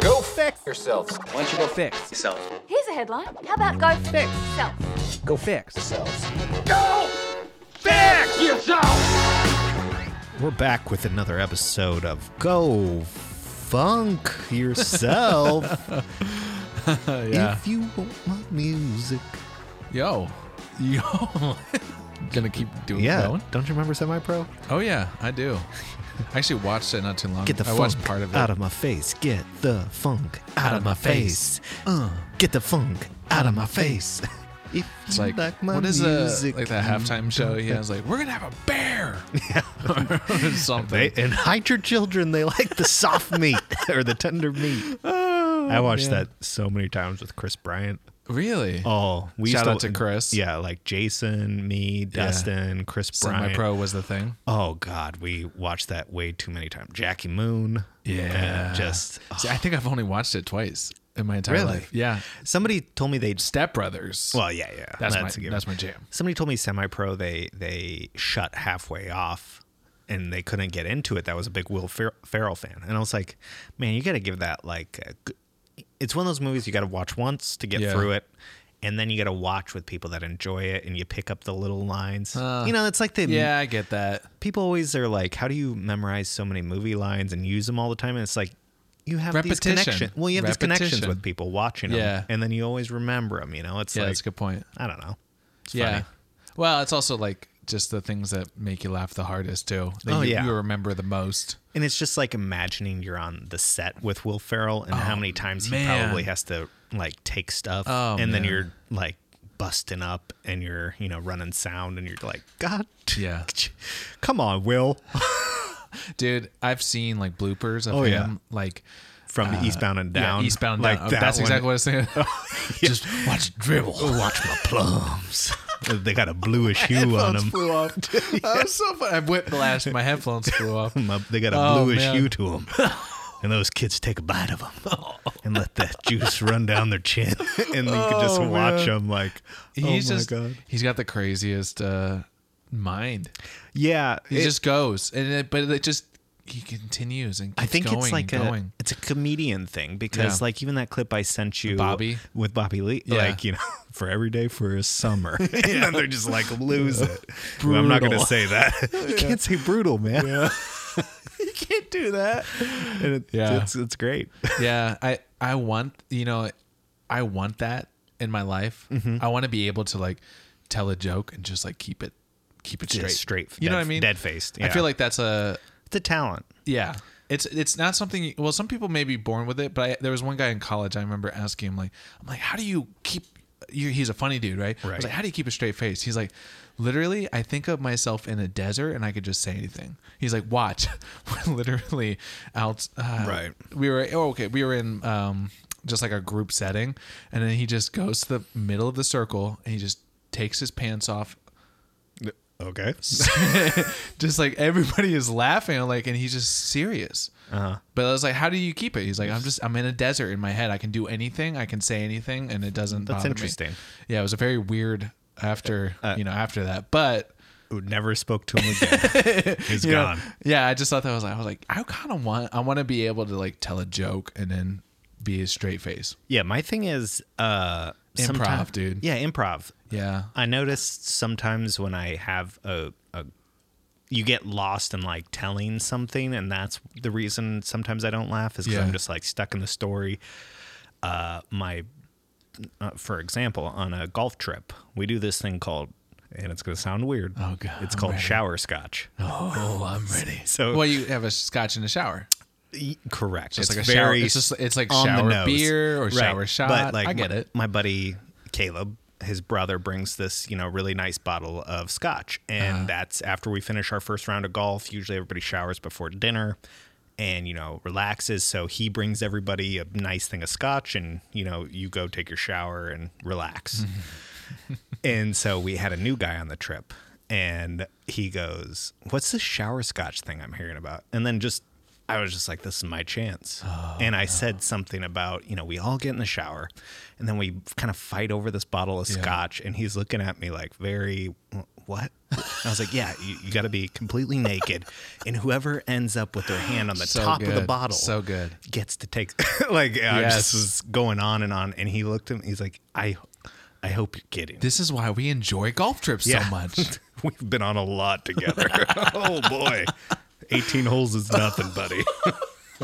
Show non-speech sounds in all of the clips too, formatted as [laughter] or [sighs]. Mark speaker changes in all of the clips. Speaker 1: Go fix yourselves.
Speaker 2: Why don't you go fix
Speaker 3: Self.
Speaker 4: Here's a headline. How about go fix self?
Speaker 2: Go fix.
Speaker 5: We're back with another episode of Go Funk
Speaker 6: [laughs]
Speaker 5: Yourself.
Speaker 6: yeah.
Speaker 5: If you want my music.
Speaker 6: Yo. Yo. [laughs] Gonna keep doing
Speaker 5: Yeah.
Speaker 6: going?
Speaker 5: Don't you remember Semi Pro?
Speaker 6: Oh yeah, I do. I actually watched it not too long.
Speaker 5: Get the
Speaker 6: I
Speaker 5: funk
Speaker 6: watched part of it.
Speaker 5: out of my face. Get the funk out of my face. Uh, get the funk out of my face. [laughs] If
Speaker 6: it's
Speaker 5: you
Speaker 6: like,
Speaker 5: my
Speaker 6: what is
Speaker 5: music, um,
Speaker 6: a like that
Speaker 5: [laughs]
Speaker 6: halftime show? Yeah, it's like we're gonna have a bear [laughs] or
Speaker 5: They,
Speaker 6: something.
Speaker 5: and hide your children. They like the
Speaker 6: [laughs]
Speaker 5: soft meat or the tender meat.
Speaker 6: Oh,
Speaker 5: I watched that so many times with Chris Bryant.
Speaker 6: really?
Speaker 5: Oh, we
Speaker 6: Shout
Speaker 5: used
Speaker 6: out to Chris.
Speaker 5: Yeah, like Jason, me, Dustin, Chris Bryant.
Speaker 6: Semi-pro was the thing.
Speaker 5: Oh God, we watched that way too many times. Jackie Moon.
Speaker 6: Yeah.
Speaker 5: Uh, just
Speaker 6: See, I think I've only watched it twice in my entire
Speaker 5: Really?
Speaker 6: life. Yeah.
Speaker 5: somebody told me they.
Speaker 6: Step Brothers.
Speaker 5: Well, yeah, yeah.
Speaker 6: that's,
Speaker 5: a
Speaker 6: my
Speaker 5: given.
Speaker 6: that's my jam.
Speaker 5: Somebody told me semi-pro they they shut halfway off, and they couldn't get into it. That was a big Will Fer- Ferrell fan, and I was like, man, you got to give that like. A g- it's one of those movies you got to watch once to get
Speaker 6: Yeah.
Speaker 5: through it. And then you got to watch with people that enjoy it, and you pick up the little lines. you know, it's like the
Speaker 6: Uh, Yeah, I get that.
Speaker 5: people always are like, "How do you memorize so many movie lines and use them all the time?" And it's like, you have
Speaker 6: Repetition.
Speaker 5: these connections. Well, you have these connections
Speaker 6: Repetition.
Speaker 5: with people watching them,
Speaker 6: Yeah.
Speaker 5: and then you always remember them. You know, it's
Speaker 6: Yeah,
Speaker 5: like
Speaker 6: that's a good point.
Speaker 5: I don't know. It's
Speaker 6: yeah.
Speaker 5: funny.
Speaker 6: Well, it's also like just the things that make you laugh the hardest too. That
Speaker 5: Oh,
Speaker 6: you,
Speaker 5: yeah.
Speaker 6: you remember the most.
Speaker 5: and it's just like imagining you're on the set with Will Ferrell and how many times he
Speaker 6: Oh, man.
Speaker 5: probably has to like take stuff,
Speaker 6: Oh,
Speaker 5: and then
Speaker 6: man.
Speaker 5: you're like busting up and you're you know running sound and you're like god
Speaker 6: [laughs] Yeah.
Speaker 5: come on will
Speaker 6: Dude, I've seen like bloopers of
Speaker 5: Oh, yeah.
Speaker 6: him like
Speaker 5: from eastbound and down
Speaker 6: Uh, Yeah, eastbound
Speaker 5: like
Speaker 6: down. Oh,
Speaker 5: that
Speaker 6: That's
Speaker 5: one. Oh,
Speaker 6: exactly what I was saying. Just watch it dribble. [laughs]
Speaker 5: Watch my [laughs] plums. [laughs] they got a bluish hue on them. [laughs]
Speaker 6: flew off. I was so funny. I whiplashed. My headphones flew off.
Speaker 5: They got a
Speaker 6: Oh,
Speaker 5: bluish
Speaker 6: man.
Speaker 5: hue to [laughs] them. And those kids take a bite of them and let that [laughs] juice run down their chin. [laughs] And then you can just watch them like, oh my
Speaker 6: He's just,
Speaker 5: God.
Speaker 6: he's got the craziest uh, mind.
Speaker 5: Yeah.
Speaker 6: He
Speaker 5: it-
Speaker 6: just goes, and it, but it just he continues and keeps
Speaker 5: I think
Speaker 6: going,
Speaker 5: it's like
Speaker 6: and going.
Speaker 5: a it's a comedian thing because
Speaker 6: Yeah.
Speaker 5: like even that clip I sent you
Speaker 6: Bobby?
Speaker 5: with Bobby Lee
Speaker 6: Yeah.
Speaker 5: like you know [laughs] for every day for a [laughs] summer and then they're just like lose it. Well, I'm not gonna
Speaker 6: Brutal.
Speaker 5: say [laughs] that. you can't say brutal, man. [laughs]
Speaker 6: you can't do that.
Speaker 5: And it-
Speaker 6: Yeah.
Speaker 5: it's it's great.
Speaker 6: yeah, I I want you know, I want that in my life.
Speaker 5: Mm-hmm.
Speaker 6: I want to be able to like tell a joke and just like keep it keep it
Speaker 5: Just
Speaker 6: straight,
Speaker 5: straight,
Speaker 6: You know
Speaker 5: dead-
Speaker 6: what I mean?
Speaker 5: dead-faced,
Speaker 6: I
Speaker 5: yeah.
Speaker 6: feel like that's a
Speaker 5: It's a talent.
Speaker 6: Yeah. It's it's not something. Well, some people may be born with it, but I, there was one guy in college. I remember asking him like, I'm like, how do you keep? You, he's a funny dude, right? I
Speaker 5: Right.
Speaker 6: was like, how do you keep a straight face? He's like, literally, I think of myself in a desert and I could just say anything. He's like, watch, [laughs] we're literally out. Uh,
Speaker 5: Right.
Speaker 6: We were oh, okay. We were in um just like a group setting, and then he just goes to the middle of the circle and he just takes his pants off,
Speaker 5: Okay.
Speaker 6: just like everybody is laughing I'm like and he's just serious
Speaker 5: Uh-huh.
Speaker 6: but i was like how do you keep it he's like i'm just i'm in a desert in my head i can do anything i can say anything and it doesn't
Speaker 5: That's
Speaker 6: bother me."
Speaker 5: interesting. Uh,
Speaker 6: yeah it was a very weird after you know after that but
Speaker 5: Who never spoke to [laughs] him again. He's
Speaker 6: you know,
Speaker 5: gone.
Speaker 6: yeah i just thought that was like i was like i kind of want i want to be able to like tell a joke and then be a straight face
Speaker 5: Yeah, my thing is uh sometime-
Speaker 6: Improv, dude.
Speaker 5: Yeah, improv.
Speaker 6: yeah
Speaker 5: I noticed sometimes when I have a, a you get lost in like telling something and that's the reason sometimes I don't laugh is cuz
Speaker 6: Yeah.
Speaker 5: I'm just like stuck in the story. Uh my uh, for example, on a golf trip, we do this thing called and it's going to sound weird.
Speaker 6: Oh, God,
Speaker 5: It's
Speaker 6: I'm
Speaker 5: called
Speaker 6: ready.
Speaker 5: shower scotch.
Speaker 6: oh i'm ready
Speaker 5: So
Speaker 6: well you have a scotch in the shower
Speaker 5: Y- E, Correct.
Speaker 6: Just
Speaker 5: it's
Speaker 6: like a shower-
Speaker 5: very.
Speaker 6: it's just- it's like
Speaker 5: on the
Speaker 6: shower
Speaker 5: nose.
Speaker 6: beer or shower shot. I
Speaker 5: my-
Speaker 6: get it.
Speaker 5: My buddy Caleb, his brother, brings this you know really nice bottle of scotch, and
Speaker 6: Uh-huh.
Speaker 5: that's after we finish our first round of golf. Usually everybody showers before dinner, and you know relaxes. So he brings everybody a nice thing of scotch, and you know you go take your shower and
Speaker 6: Mm-hmm.
Speaker 5: relax. And so we had a new guy on the trip, and he goes, "What's this shower scotch thing I'm hearing about?" And then just, I was just like, "This is my chance." and I said something about, you know, we all get in the shower, and then we kind of fight over this bottle of scotch, and he's looking at me like very, "Wh- what? And I was like, yeah, you, you got to be completely naked, and whoever ends up with their hand on the
Speaker 6: So
Speaker 5: top of the
Speaker 6: good.
Speaker 5: bottle,
Speaker 6: So good.
Speaker 5: gets to take. [laughs] like I
Speaker 6: Yes.
Speaker 5: just was going on and on, and he looked at me. He's like, I, I hope you're kidding.
Speaker 6: This is why we enjoy golf trips
Speaker 5: Yeah.
Speaker 6: so much.
Speaker 5: [laughs] We've been on a lot together. [laughs] oh boy, eighteen holes is nothing, buddy. [laughs]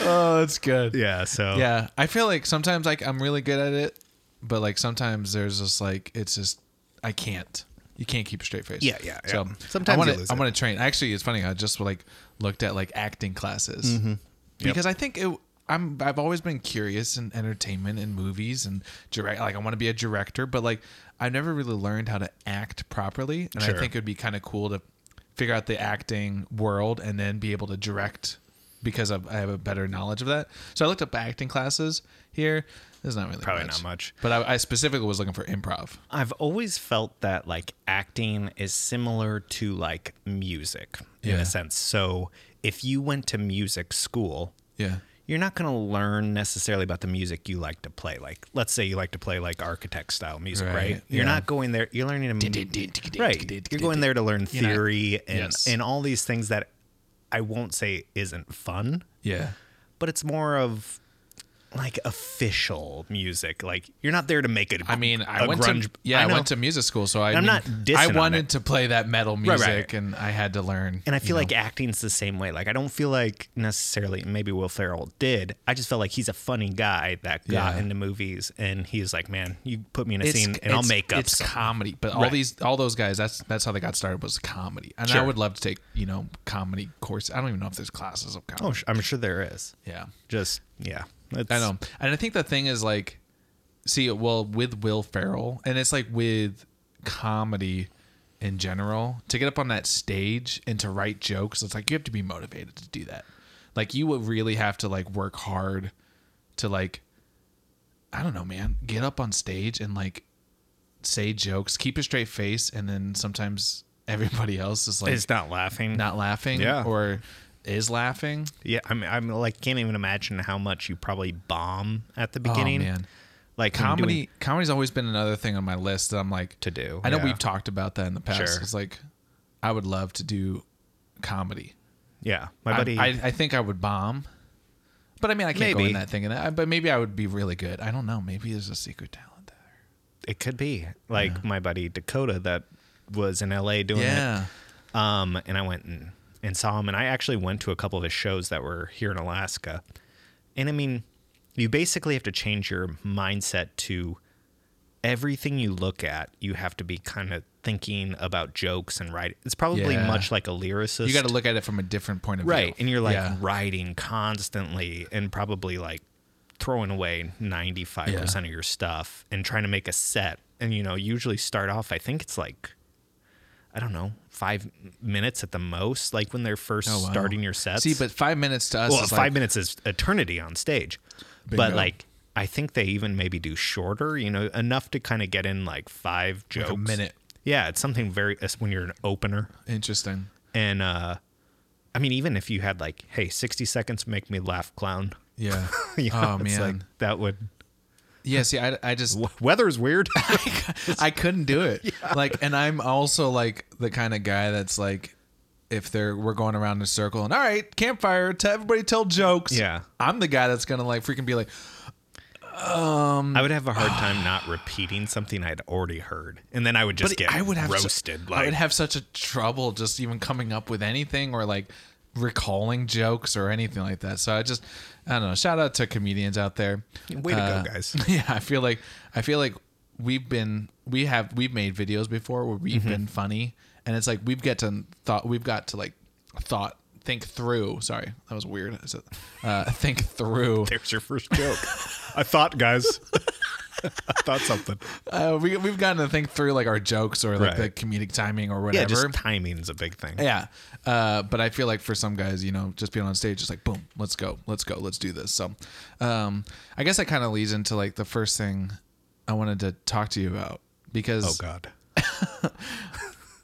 Speaker 6: oh, that's good.
Speaker 5: yeah. So
Speaker 6: Yeah, I feel like sometimes like I'm really good at it, but like sometimes there's just like it's just I can't. You can't keep a straight face.
Speaker 5: Yeah, yeah,
Speaker 6: So
Speaker 5: yeah. Sometimes
Speaker 6: I
Speaker 5: you
Speaker 6: want
Speaker 5: lose
Speaker 6: to. I
Speaker 5: it.
Speaker 6: want to train. Actually, it's funny. I just like looked at like acting classes
Speaker 5: Mm-hmm.
Speaker 6: because I think it. I'm. I've always been curious in entertainment and movies and direct. Like I want to be a director, but like I've never really learned how to act properly, and
Speaker 5: Sure.
Speaker 6: I think it'd be kind of cool to figure out the acting world and then be able to direct because of, I have a better knowledge of that. So I looked up acting classes here. There's not really
Speaker 5: Probably not much.
Speaker 6: but I, I specifically was looking for improv.
Speaker 5: I've always felt that like acting is similar to like music in
Speaker 6: Yeah.
Speaker 5: a sense. So if you went to music school,
Speaker 6: Yeah,
Speaker 5: you're not going to learn necessarily about the music you like to play. Like, let's say you like to play like architect style music, right?
Speaker 6: Right,
Speaker 5: You're
Speaker 6: yeah.
Speaker 5: not going there. You're learning to right. You're going there to learn
Speaker 6: You're not-
Speaker 5: theory and
Speaker 6: Yes.
Speaker 5: and all these things that I won't say isn't fun,
Speaker 6: yeah,
Speaker 5: but it's more of like official music. Like you're not there to make it.
Speaker 6: I mean, I
Speaker 5: a
Speaker 6: went
Speaker 5: grunge-
Speaker 6: to yeah, I,
Speaker 5: know.
Speaker 6: went to music school, so I
Speaker 5: I'm
Speaker 6: mean,
Speaker 5: not dissing
Speaker 6: I
Speaker 5: on it.
Speaker 6: wanted to play that metal
Speaker 5: right,
Speaker 6: music,
Speaker 5: right.
Speaker 6: and I had to learn.
Speaker 5: And I feel like acting's the same way. Like I don't feel like necessarily maybe Will Ferrell did. I just felt like he's a funny guy that got
Speaker 6: Yeah.
Speaker 5: into movies, and he's like, man, you put me in a
Speaker 6: It's-
Speaker 5: scene, and I'll
Speaker 6: it's-
Speaker 5: make up.
Speaker 6: It's
Speaker 5: something."
Speaker 6: comedy, but all
Speaker 5: Right.
Speaker 6: these all those guys that's that's how they got started was comedy. And
Speaker 5: Sure.
Speaker 6: I would love to take you know comedy course. I don't even know if there's classes of comedy.
Speaker 5: oh, sh- I'm sure there is.
Speaker 6: yeah,
Speaker 5: Just yeah, it's,
Speaker 6: I know. And I think the thing is like, see, well, with Will Ferrell, and it's like with comedy in general, to get up on that stage and to write jokes, it's like you have to be motivated to do that. Like you would really have to like work hard to like, I don't know, man, get up on stage and like say jokes, keep a straight face, and then sometimes everybody else is like
Speaker 5: It's not laughing.
Speaker 6: not laughing
Speaker 5: Yeah.
Speaker 6: or is laughing.
Speaker 5: yeah, I mean, I'm like can't even imagine how much you probably bomb at the beginning.
Speaker 6: Oh, man.
Speaker 5: Like when
Speaker 6: comedy
Speaker 5: doing-
Speaker 6: comedy's always been another thing on my list that I'm like
Speaker 5: To do,
Speaker 6: I know
Speaker 5: yeah.
Speaker 6: we've talked about that in the past.
Speaker 5: Sure.
Speaker 6: It's like I would love to do comedy.
Speaker 5: yeah, my
Speaker 6: I,
Speaker 5: buddy.
Speaker 6: I, I think I would bomb. But I mean, I can't go
Speaker 5: Maybe.
Speaker 6: in that thing, and I, but maybe I would be really good. I don't know. Maybe there's a secret talent there.
Speaker 5: it could be like my buddy Dakota that was in LA doing it.
Speaker 6: Yeah,
Speaker 5: Um, and I went and, and saw him, and I actually went to a couple of his shows that were here in Alaska. And I mean, you basically have to change your mindset to everything you look at. You have to be kind of thinking about jokes and writing. It's probably
Speaker 6: Yeah.
Speaker 5: much like a lyricist,
Speaker 6: you got to look at it from a different point of view.
Speaker 5: right? And you're like
Speaker 6: Yeah.
Speaker 5: writing constantly, and probably like throwing away ninety five percent of your stuff and trying to make a set. And you know, usually start off. I think it's like I don't know, five minutes at the most, like when they're first
Speaker 6: Oh, wow.
Speaker 5: starting your sets.
Speaker 6: See, but five minutes to us
Speaker 5: well,
Speaker 6: is
Speaker 5: five
Speaker 6: like,
Speaker 5: minutes is eternity on stage. But
Speaker 6: Bingo.
Speaker 5: like, I think they even maybe do shorter, you know, enough to kind of get in like five jokes.
Speaker 6: a minute.
Speaker 5: Yeah, it's something very it's when you're an opener,
Speaker 6: Interesting.
Speaker 5: and uh I mean, even if you had like, hey, sixty seconds, make me laugh, clown. [laughs]
Speaker 6: Yeah.
Speaker 5: You know,
Speaker 6: oh
Speaker 5: it's
Speaker 6: man.
Speaker 5: like, that would
Speaker 6: yeah. See, I, I just
Speaker 5: w- weather's
Speaker 6: [laughs]
Speaker 5: weird.
Speaker 6: I couldn't
Speaker 5: [laughs]
Speaker 6: do it. Like, and I'm also like the kind of guy that's like, if they're we're going around in a circle and all right, campfire, to everybody tell jokes.
Speaker 5: Yeah.
Speaker 6: I'm the guy that's gonna like freaking be like,
Speaker 5: I would have a hard time not repeating something I'd already heard, and then I would just
Speaker 6: mm. but
Speaker 5: get
Speaker 6: I would have su-
Speaker 5: roasted.
Speaker 6: I
Speaker 5: like,
Speaker 6: would have such a trouble just even coming up with anything or like recalling jokes or anything like that. So I just, I don't know. Shout out to comedians out there.
Speaker 5: Way to go,
Speaker 6: uh, [laughs]
Speaker 5: guys. [laughs]
Speaker 6: Yeah, I feel like I feel like we've been we have we've made videos before where we've
Speaker 5: Mm-hmm.
Speaker 6: been funny, and it's like we've get to thought we've got to like thought think through. Sorry, that was weird. I said, Uh, [laughs] think through.
Speaker 5: There's your first joke. I thought, guys. [laughs] I thought something.
Speaker 6: Uh, we we've gotten to think through like our jokes or
Speaker 5: Right.
Speaker 6: like the comedic timing or
Speaker 5: Yeah,
Speaker 6: whatever.
Speaker 5: just timing's a big thing.
Speaker 6: Yeah. Uh, but I feel like for some guys, you know, just being on stage, just like, boom, let's go, let's go, let's do this. So um, I guess that kind of leads into like the first thing I wanted to talk to you about
Speaker 5: Oh
Speaker 6: because
Speaker 5: God.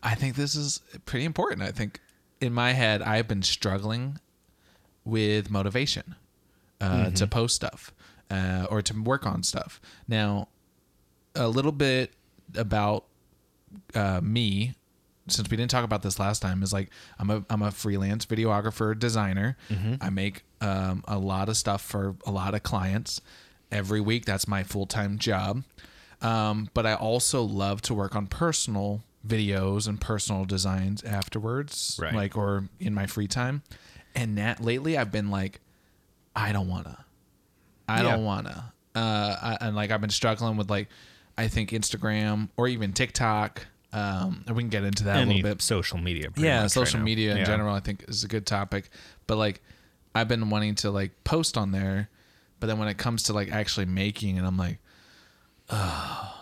Speaker 6: I think this is pretty important. I think in my head, I've been struggling with motivation uh, to post stuff uh, or to work on stuff. Now, a little bit about uh, me, since we didn't talk about this last time, is like I'm a I'm a freelance videographer designer. I make um, a lot of stuff for a lot of clients every week. That's my full time job. Um, but I also love to work on personal videos and personal designs afterwards,
Speaker 5: Right.
Speaker 6: like or in my free time. And that lately I've been like, I don't wanna. I
Speaker 5: Yeah.
Speaker 6: don't wanna. Uh, I, and like I've been struggling with like, I think Instagram or even TikTok. Um, and we can get into that a
Speaker 5: Any
Speaker 6: little bit.
Speaker 5: social media. pretty
Speaker 6: Yeah,
Speaker 5: much
Speaker 6: social
Speaker 5: right now.
Speaker 6: media in
Speaker 5: Yeah.
Speaker 6: general, I think is a good topic. But like, I've been wanting to like post on there, but then when it comes to like actually making, and I'm like, oh,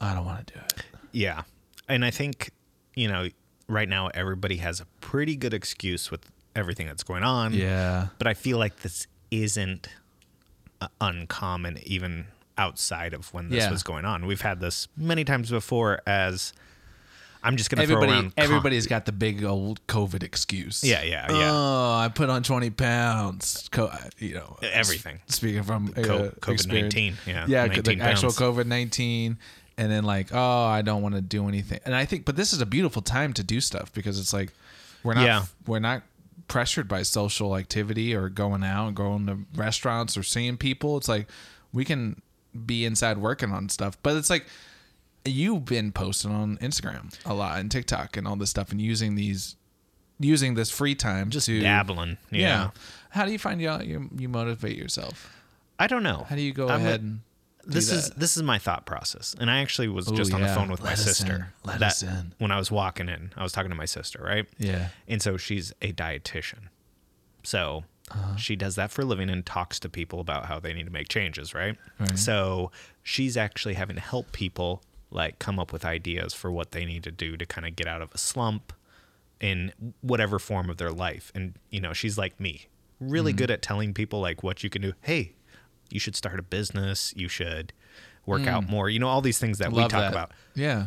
Speaker 6: I don't want to do it.
Speaker 5: Yeah. And I think, you know, right now everybody has a pretty good excuse with everything that's going on.
Speaker 6: Yeah.
Speaker 5: But I feel like this isn't uh, uncommon even outside of when this
Speaker 6: Yeah.
Speaker 5: was going on. We've had this many times before as I'm just going to throw
Speaker 6: Everybody,
Speaker 5: around
Speaker 6: everybody's got the big old COVID excuse.
Speaker 5: Yeah, yeah, yeah.
Speaker 6: Oh, I put on twenty pounds. Co- uh, you know,
Speaker 5: Everything.
Speaker 6: s- Speaking from uh,
Speaker 5: Co- COVID-19,
Speaker 6: experience.
Speaker 5: yeah,
Speaker 6: yeah, the
Speaker 5: 19
Speaker 6: actual
Speaker 5: pounds.
Speaker 6: COVID nineteen, and then like, oh, I don't want to do anything. And I think, but this is a beautiful time to do stuff because it's like we're not
Speaker 5: Yeah.
Speaker 6: we're not pressured by social activity or going out and going to restaurants or seeing people. It's like we can be inside working on stuff, but it's like you've been posting on Instagram a lot and TikTok and all this stuff and using these using this free time just to
Speaker 5: dabbling. Yeah.
Speaker 6: How do you find you you, you motivate yourself?
Speaker 5: I don't know.
Speaker 6: How do you go
Speaker 5: I'm
Speaker 6: ahead
Speaker 5: a-
Speaker 6: and
Speaker 5: this
Speaker 6: is
Speaker 5: is this is my thought process and i actually was
Speaker 6: Ooh,
Speaker 5: just on
Speaker 6: yeah.
Speaker 5: the phone with my
Speaker 6: Let us in.
Speaker 5: sister
Speaker 6: Let us in.
Speaker 5: when i was walking in i was talking to my sister right
Speaker 6: Yeah.
Speaker 5: and so she's a dietitian so
Speaker 6: Uh-huh.
Speaker 5: she does that for a living and talks to people about how they need to make changes right?
Speaker 6: Right.
Speaker 5: so she's actually having to help people like come up with ideas for what they need to do to kind of get out of a slump in whatever form of their life and you know she's like me really
Speaker 6: Mm-hmm.
Speaker 5: good at telling people like what you can do hey you should start a business you should work out more you know all these things that we
Speaker 6: Mm. Love
Speaker 5: talk
Speaker 6: that.
Speaker 5: about
Speaker 6: Yeah.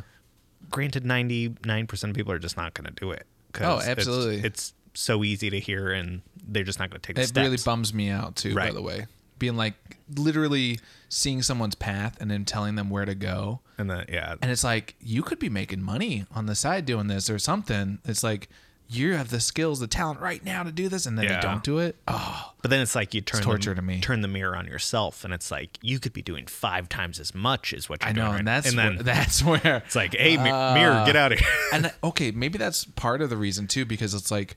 Speaker 5: granted 99% of people are just not going to do it 'cause
Speaker 6: Oh, absolutely.
Speaker 5: it's, it's so easy to hear and they're just not going to take the
Speaker 6: It
Speaker 5: steps
Speaker 6: really bums me out too, by
Speaker 5: Right.
Speaker 6: the way. Being like literally seeing someone's path and then telling them where to go.
Speaker 5: and the, yeah
Speaker 6: And it's like you could be making money on the side doing this or something. It's like you have the skills, the talent right now to do this, and then
Speaker 5: Yeah.
Speaker 6: they don't do it. Oh,
Speaker 5: but then it's like you turn
Speaker 6: torture
Speaker 5: the,
Speaker 6: to me.
Speaker 5: turn the mirror on yourself and it's like you could be doing five times as much as what you're
Speaker 6: I
Speaker 5: doing
Speaker 6: know,
Speaker 5: right
Speaker 6: and
Speaker 5: now.
Speaker 6: that's Ah.
Speaker 5: and then
Speaker 6: where, [laughs] that's where
Speaker 5: it's like hey mi- mirror get out of here [laughs]
Speaker 6: and okay, maybe that's part of the reason too, because it's like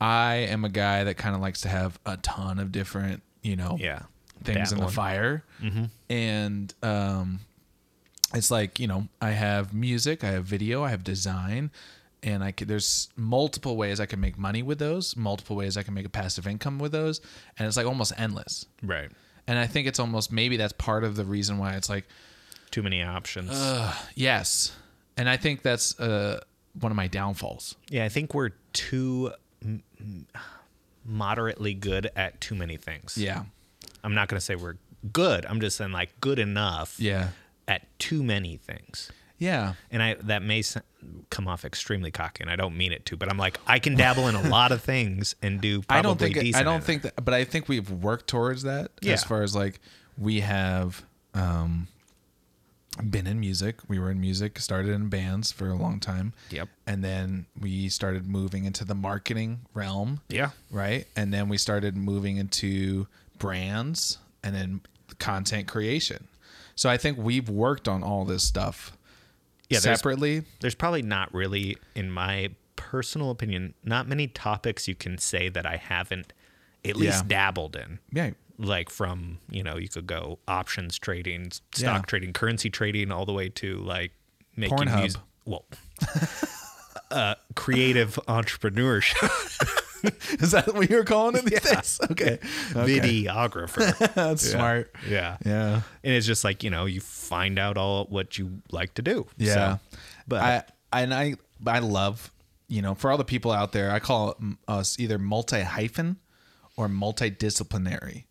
Speaker 6: I am a guy that kind of likes to have a ton of different, you know,
Speaker 5: Yeah.
Speaker 6: things in the
Speaker 5: Dabbling.
Speaker 6: fire, and um, it's like you know, I have music, I have video, I have design, and I could, there's multiple ways I can make money with those, multiple ways I can make a passive income with those, and it's like almost endless.
Speaker 5: right
Speaker 6: And I think it's almost maybe that's part of the reason why it's like
Speaker 5: too many options
Speaker 6: yes, and I think that's uh one of my downfalls.
Speaker 5: yeah i think we're too m- m- moderately good at too many things
Speaker 6: Yeah.
Speaker 5: i'm not going to say we're good i'm just saying like good enough
Speaker 6: Yeah.
Speaker 5: at too many things
Speaker 6: Yeah.
Speaker 5: and I that may s- come off extremely cocky, and I don't mean it to, but I'm like I can dabble in
Speaker 6: [laughs]
Speaker 5: a lot of things and do. Probably
Speaker 6: I don't think
Speaker 5: decent
Speaker 6: I
Speaker 5: in
Speaker 6: don't
Speaker 5: it.
Speaker 6: think that but I think we've worked towards that
Speaker 5: Yeah.
Speaker 6: as far as like we have um been in music. We were in music, started in bands for a long time.
Speaker 5: Yep.
Speaker 6: And then we started moving into the marketing realm.
Speaker 5: Yeah.
Speaker 6: Right? And then we started moving into brands and then content creation. So I think we've worked on all this stuff
Speaker 5: Yeah, there's-
Speaker 6: separately.
Speaker 5: there's probably not really, in my personal opinion, not many topics you can say that I haven't at least
Speaker 6: Yeah.
Speaker 5: dabbled in.
Speaker 6: Yeah. [laughs]
Speaker 5: Like from you know you could go options trading, stock
Speaker 6: Yeah.
Speaker 5: trading, currency trading, all the way to like making
Speaker 6: Pornhub.
Speaker 5: music. Well. [laughs] uh,
Speaker 6: [laughs]
Speaker 5: creative entrepreneurship,
Speaker 6: Is that what you were calling it [laughs] these days? Okay. okay.
Speaker 5: videographer.
Speaker 6: [laughs] That's smart.
Speaker 5: Yeah.
Speaker 6: Yeah.
Speaker 5: and it's just like you know you find out all what you like to do
Speaker 6: Yeah.
Speaker 5: So, but
Speaker 6: I and I I love, you know, for all the people out there, I call m- us either multi hyphen or multidisciplinary.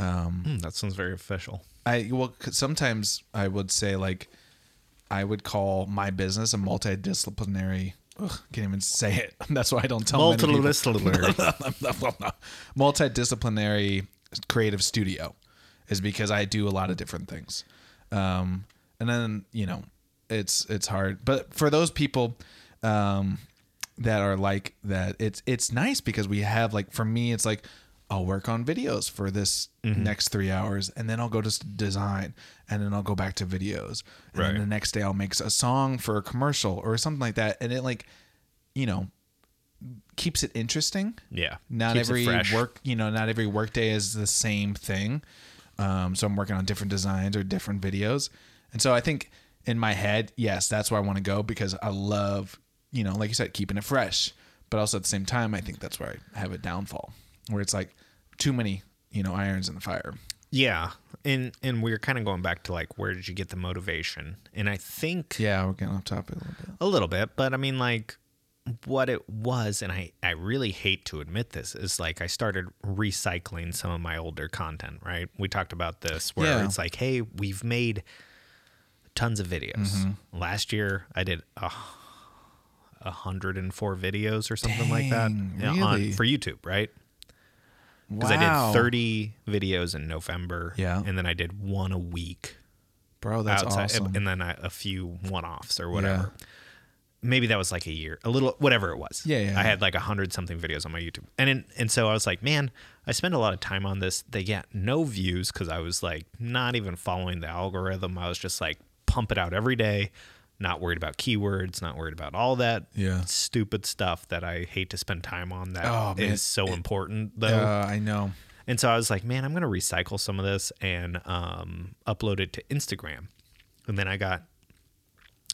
Speaker 5: hmm, that sounds very official
Speaker 6: I well c- sometimes I would say like I would call my business a multidisciplinary. Ugh, can't even say it. [laughs] That's why I don't tell many people. [laughs]
Speaker 5: multidisciplinary
Speaker 6: multidisciplinary creative studio is because I do a lot of different things. Um, and then, you know, it's it's hard. But for those people um, that are like that, it's it's nice because we have like for me, it's like I'll work on videos for this
Speaker 5: Mm-hmm.
Speaker 6: next three hours, and then I'll go to s- design, and then I'll go back to videos, and
Speaker 5: Right.
Speaker 6: then the next day I'll make s- a song for a commercial or something like that, and it like you know keeps it interesting.
Speaker 5: Yeah.
Speaker 6: Not
Speaker 5: Keeps it
Speaker 6: every
Speaker 5: fresh.
Speaker 6: work, you know, not every workday is the same thing. Um, so I'm working on different designs or different videos. And so I think in my head, yes, that's where I want to go because I love, you know, like you said, keeping it fresh. But also at the same time, I think that's where I have a downfall where it's like too many, you know, irons in the fire.
Speaker 5: Yeah. And and we're kind of going back to like where did you get the motivation? And I think
Speaker 6: Yeah, we're getting off topic a little bit.
Speaker 5: a little bit, but I mean like what it was and I I really hate to admit this is like I started recycling some of my older content, right? We talked about this where
Speaker 6: Yeah.
Speaker 5: it's like, "Hey, we've made tons of videos.
Speaker 6: Mm-hmm.
Speaker 5: Last year I did a h- 104 videos or something like that
Speaker 6: Dang,
Speaker 5: you know, on
Speaker 6: really?
Speaker 5: for YouTube, right? because I
Speaker 6: Wow.
Speaker 5: did 30 videos in November.
Speaker 6: Yeah.
Speaker 5: And then I did one a week
Speaker 6: Bro, Oh, that's
Speaker 5: outside,
Speaker 6: awesome.
Speaker 5: and then a, a few one offs or whatever. Maybe that was like a year, a little, whatever it was.
Speaker 6: Yeah, yeah,
Speaker 5: I
Speaker 6: yeah.
Speaker 5: had like a hundred something videos on my YouTube, and in, and so I was like, man, I spent a lot of time on this. They get no views because I was like not even following the algorithm. I was just like pump it out every day, not worried about keywords, not worried about all that
Speaker 6: Yeah.
Speaker 5: stupid stuff that I hate to spend time on. That is
Speaker 6: Oh, man.
Speaker 5: so important though.
Speaker 6: Uh, I know.
Speaker 5: And so I was like, man, I'm going to recycle some of this and um, upload it to Instagram. And then I got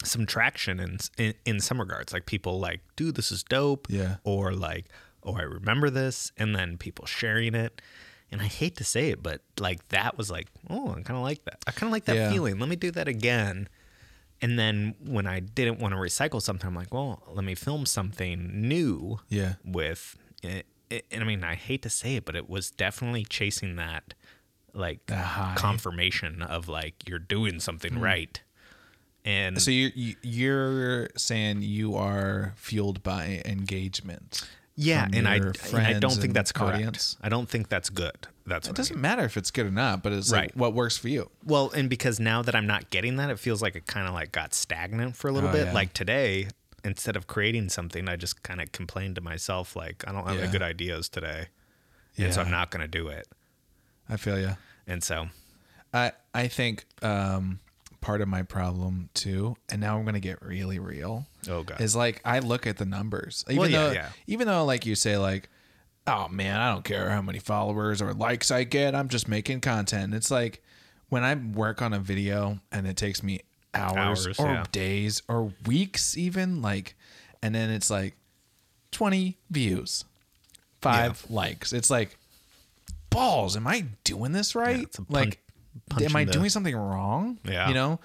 Speaker 5: some traction in, in in some regards, like people like, dude, this is dope,
Speaker 6: Yeah.
Speaker 5: or like, oh, I remember this, and then people sharing it. And I hate to say it, but like that was like, oh, I kind of like that. I kind of like that
Speaker 6: Yeah.
Speaker 5: feeling. Let me do that again. And then when I didn't want to recycle something, I'm like, well, let me film something new
Speaker 6: Yeah.
Speaker 5: with it, it, and I mean I hate to say it, but it was definitely chasing that like
Speaker 6: The high. Mm.
Speaker 5: confirmation of like you're doing something right. And
Speaker 6: So you're, you- you're saying you are fueled by engagement.
Speaker 5: yeah,
Speaker 6: from
Speaker 5: and I,
Speaker 6: your
Speaker 5: and I don't
Speaker 6: friends
Speaker 5: think
Speaker 6: and
Speaker 5: that's correct.
Speaker 6: audience?
Speaker 5: I don't think that's good. That's
Speaker 6: It
Speaker 5: what I
Speaker 6: doesn't
Speaker 5: mean.
Speaker 6: matter if it's good or not, but it's
Speaker 5: Right.
Speaker 6: like what works for you.
Speaker 5: Well, and because now that I'm not getting that, it feels like it kind of like got stagnant for a little
Speaker 6: Oh,
Speaker 5: bit.
Speaker 6: yeah.
Speaker 5: Like today, instead of creating something, I just kind of complained to myself like I don't have any
Speaker 6: Yeah.
Speaker 5: good ideas today, and so
Speaker 6: Yeah.
Speaker 5: I'm not going to do it.
Speaker 6: I feel you.
Speaker 5: And so
Speaker 6: I I think um, part of my problem too, and now I'm gonna get really real.
Speaker 5: Oh, God.
Speaker 6: is like I look at the numbers, even
Speaker 5: Well, yeah,
Speaker 6: though
Speaker 5: yeah.
Speaker 6: even though like you say like, oh man, I don't care how many followers or likes I get, I'm just making content. It's like when I work on a video and it takes me hours,
Speaker 5: Hours,
Speaker 6: or
Speaker 5: yeah.
Speaker 6: days or weeks even like, and then it's like twenty views, five likes. It's like balls. Am I doing this right?
Speaker 5: it's a pun-
Speaker 6: like,
Speaker 5: punch
Speaker 6: am
Speaker 5: in
Speaker 6: I
Speaker 5: the-
Speaker 6: doing something wrong?
Speaker 5: Yeah.
Speaker 6: You know,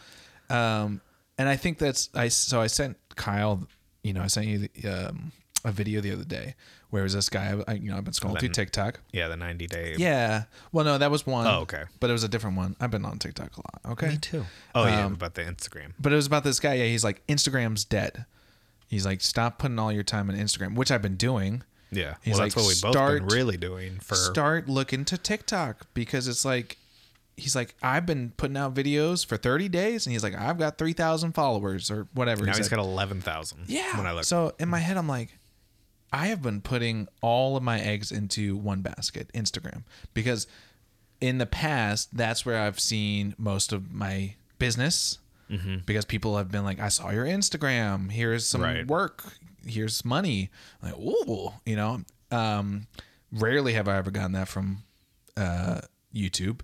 Speaker 6: um, and I think that's I. So I sent Kyle. You know, I sent you the, um, a video the other day where it was this guy. I, you know, I've been scrolling through
Speaker 5: Then-
Speaker 6: TikTok.
Speaker 5: yeah, the 90 day
Speaker 6: Yeah. Well, no, that was one.
Speaker 5: Oh, okay.
Speaker 6: But it was a different one. I've been on TikTok a lot. Okay.
Speaker 5: Me too. Oh yeah,
Speaker 6: Um,
Speaker 5: about the Instagram.
Speaker 6: but it was about this guy. Yeah, he's like Instagram's dead. He's like, stop putting all your time on Instagram, which I've been doing.
Speaker 5: Yeah,
Speaker 6: he's
Speaker 5: well,
Speaker 6: like,
Speaker 5: that's what we both been
Speaker 6: "Start-
Speaker 5: really doing for.
Speaker 6: start looking to TikTok because it's like he's like I've been putting out videos for 30 days and he's like I've got 3,000 followers or whatever.
Speaker 5: now he's
Speaker 6: said.
Speaker 5: got eleven thousand.
Speaker 6: yeah.
Speaker 5: when I look,
Speaker 6: So in my head I'm like I have been putting all of my eggs into one basket, Instagram, because in the past that's where I've seen most of my business
Speaker 5: Mm-hmm.
Speaker 6: because people have been like I saw your Instagram, here's some
Speaker 5: Right.
Speaker 6: work, here's money. I'm like ooh, you know. Um rarely have I ever gotten that from YouTube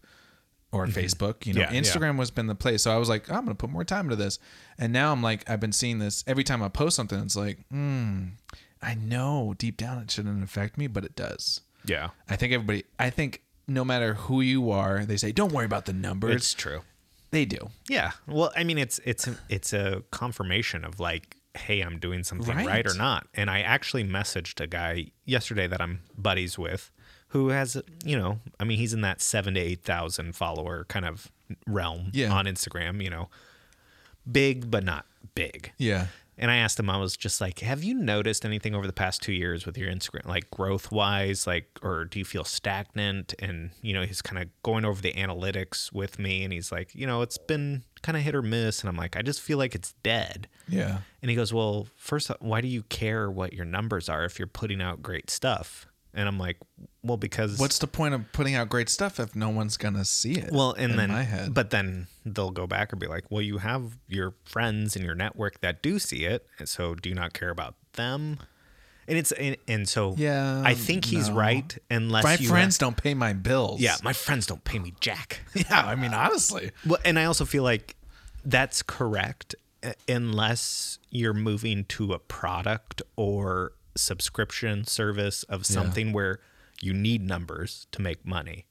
Speaker 6: or Facebook. You know,
Speaker 5: Mm-hmm. Yeah, yeah.
Speaker 6: Instagram was been the place. So I was like, I'm gonna put more time into this. And now I'm like, I've been seeing this every time I post something. It's like, hmm, I know deep down it shouldn't affect me, but it does.
Speaker 5: yeah,
Speaker 6: I think everybody. I think no matter who you are, they say don't worry about the numbers.
Speaker 5: it's true.
Speaker 6: they do.
Speaker 5: Yeah, well, I mean, it's it's a- it's a confirmation of like, hey, I'm doing something right.
Speaker 6: Right.
Speaker 5: or not. And I actually messaged a guy yesterday that I'm buddies with, who has you know, I mean, he's in that seven to eight thousand follower kind of realm
Speaker 6: Yeah.
Speaker 5: on Instagram. You know, big but not big.
Speaker 6: Yeah.
Speaker 5: And I asked him, I was just like, have you noticed anything over the past two years with your Instagram, like growth wise, like, or do you feel stagnant? And, you know, he's kind of going over the analytics with me and he's like, you know, it's been kind of hit or miss. And I'm like, I just feel like it's dead.
Speaker 6: Yeah.
Speaker 5: And he goes, Well, first, why do you care what your numbers are if you're putting out great stuff? And I'm like, Well, because
Speaker 6: What's the point of putting out great stuff if no one's gonna see it?
Speaker 5: well, and
Speaker 6: in
Speaker 5: then,
Speaker 6: my head,
Speaker 5: but then they'll go back and be like, Well, you have your friends and your network that do see it. And so do you not care about them? And it's, and, and so
Speaker 6: Yeah,
Speaker 5: I think he's
Speaker 6: no.
Speaker 5: right. Unless
Speaker 6: my
Speaker 5: you
Speaker 6: friends don't pay my bills.
Speaker 5: yeah, my friends don't pay me jack.
Speaker 6: [laughs] yeah. I mean, honestly,
Speaker 5: Well, and I also feel like that's correct uh, unless you're moving to a product or subscription service of something where you need numbers to make money.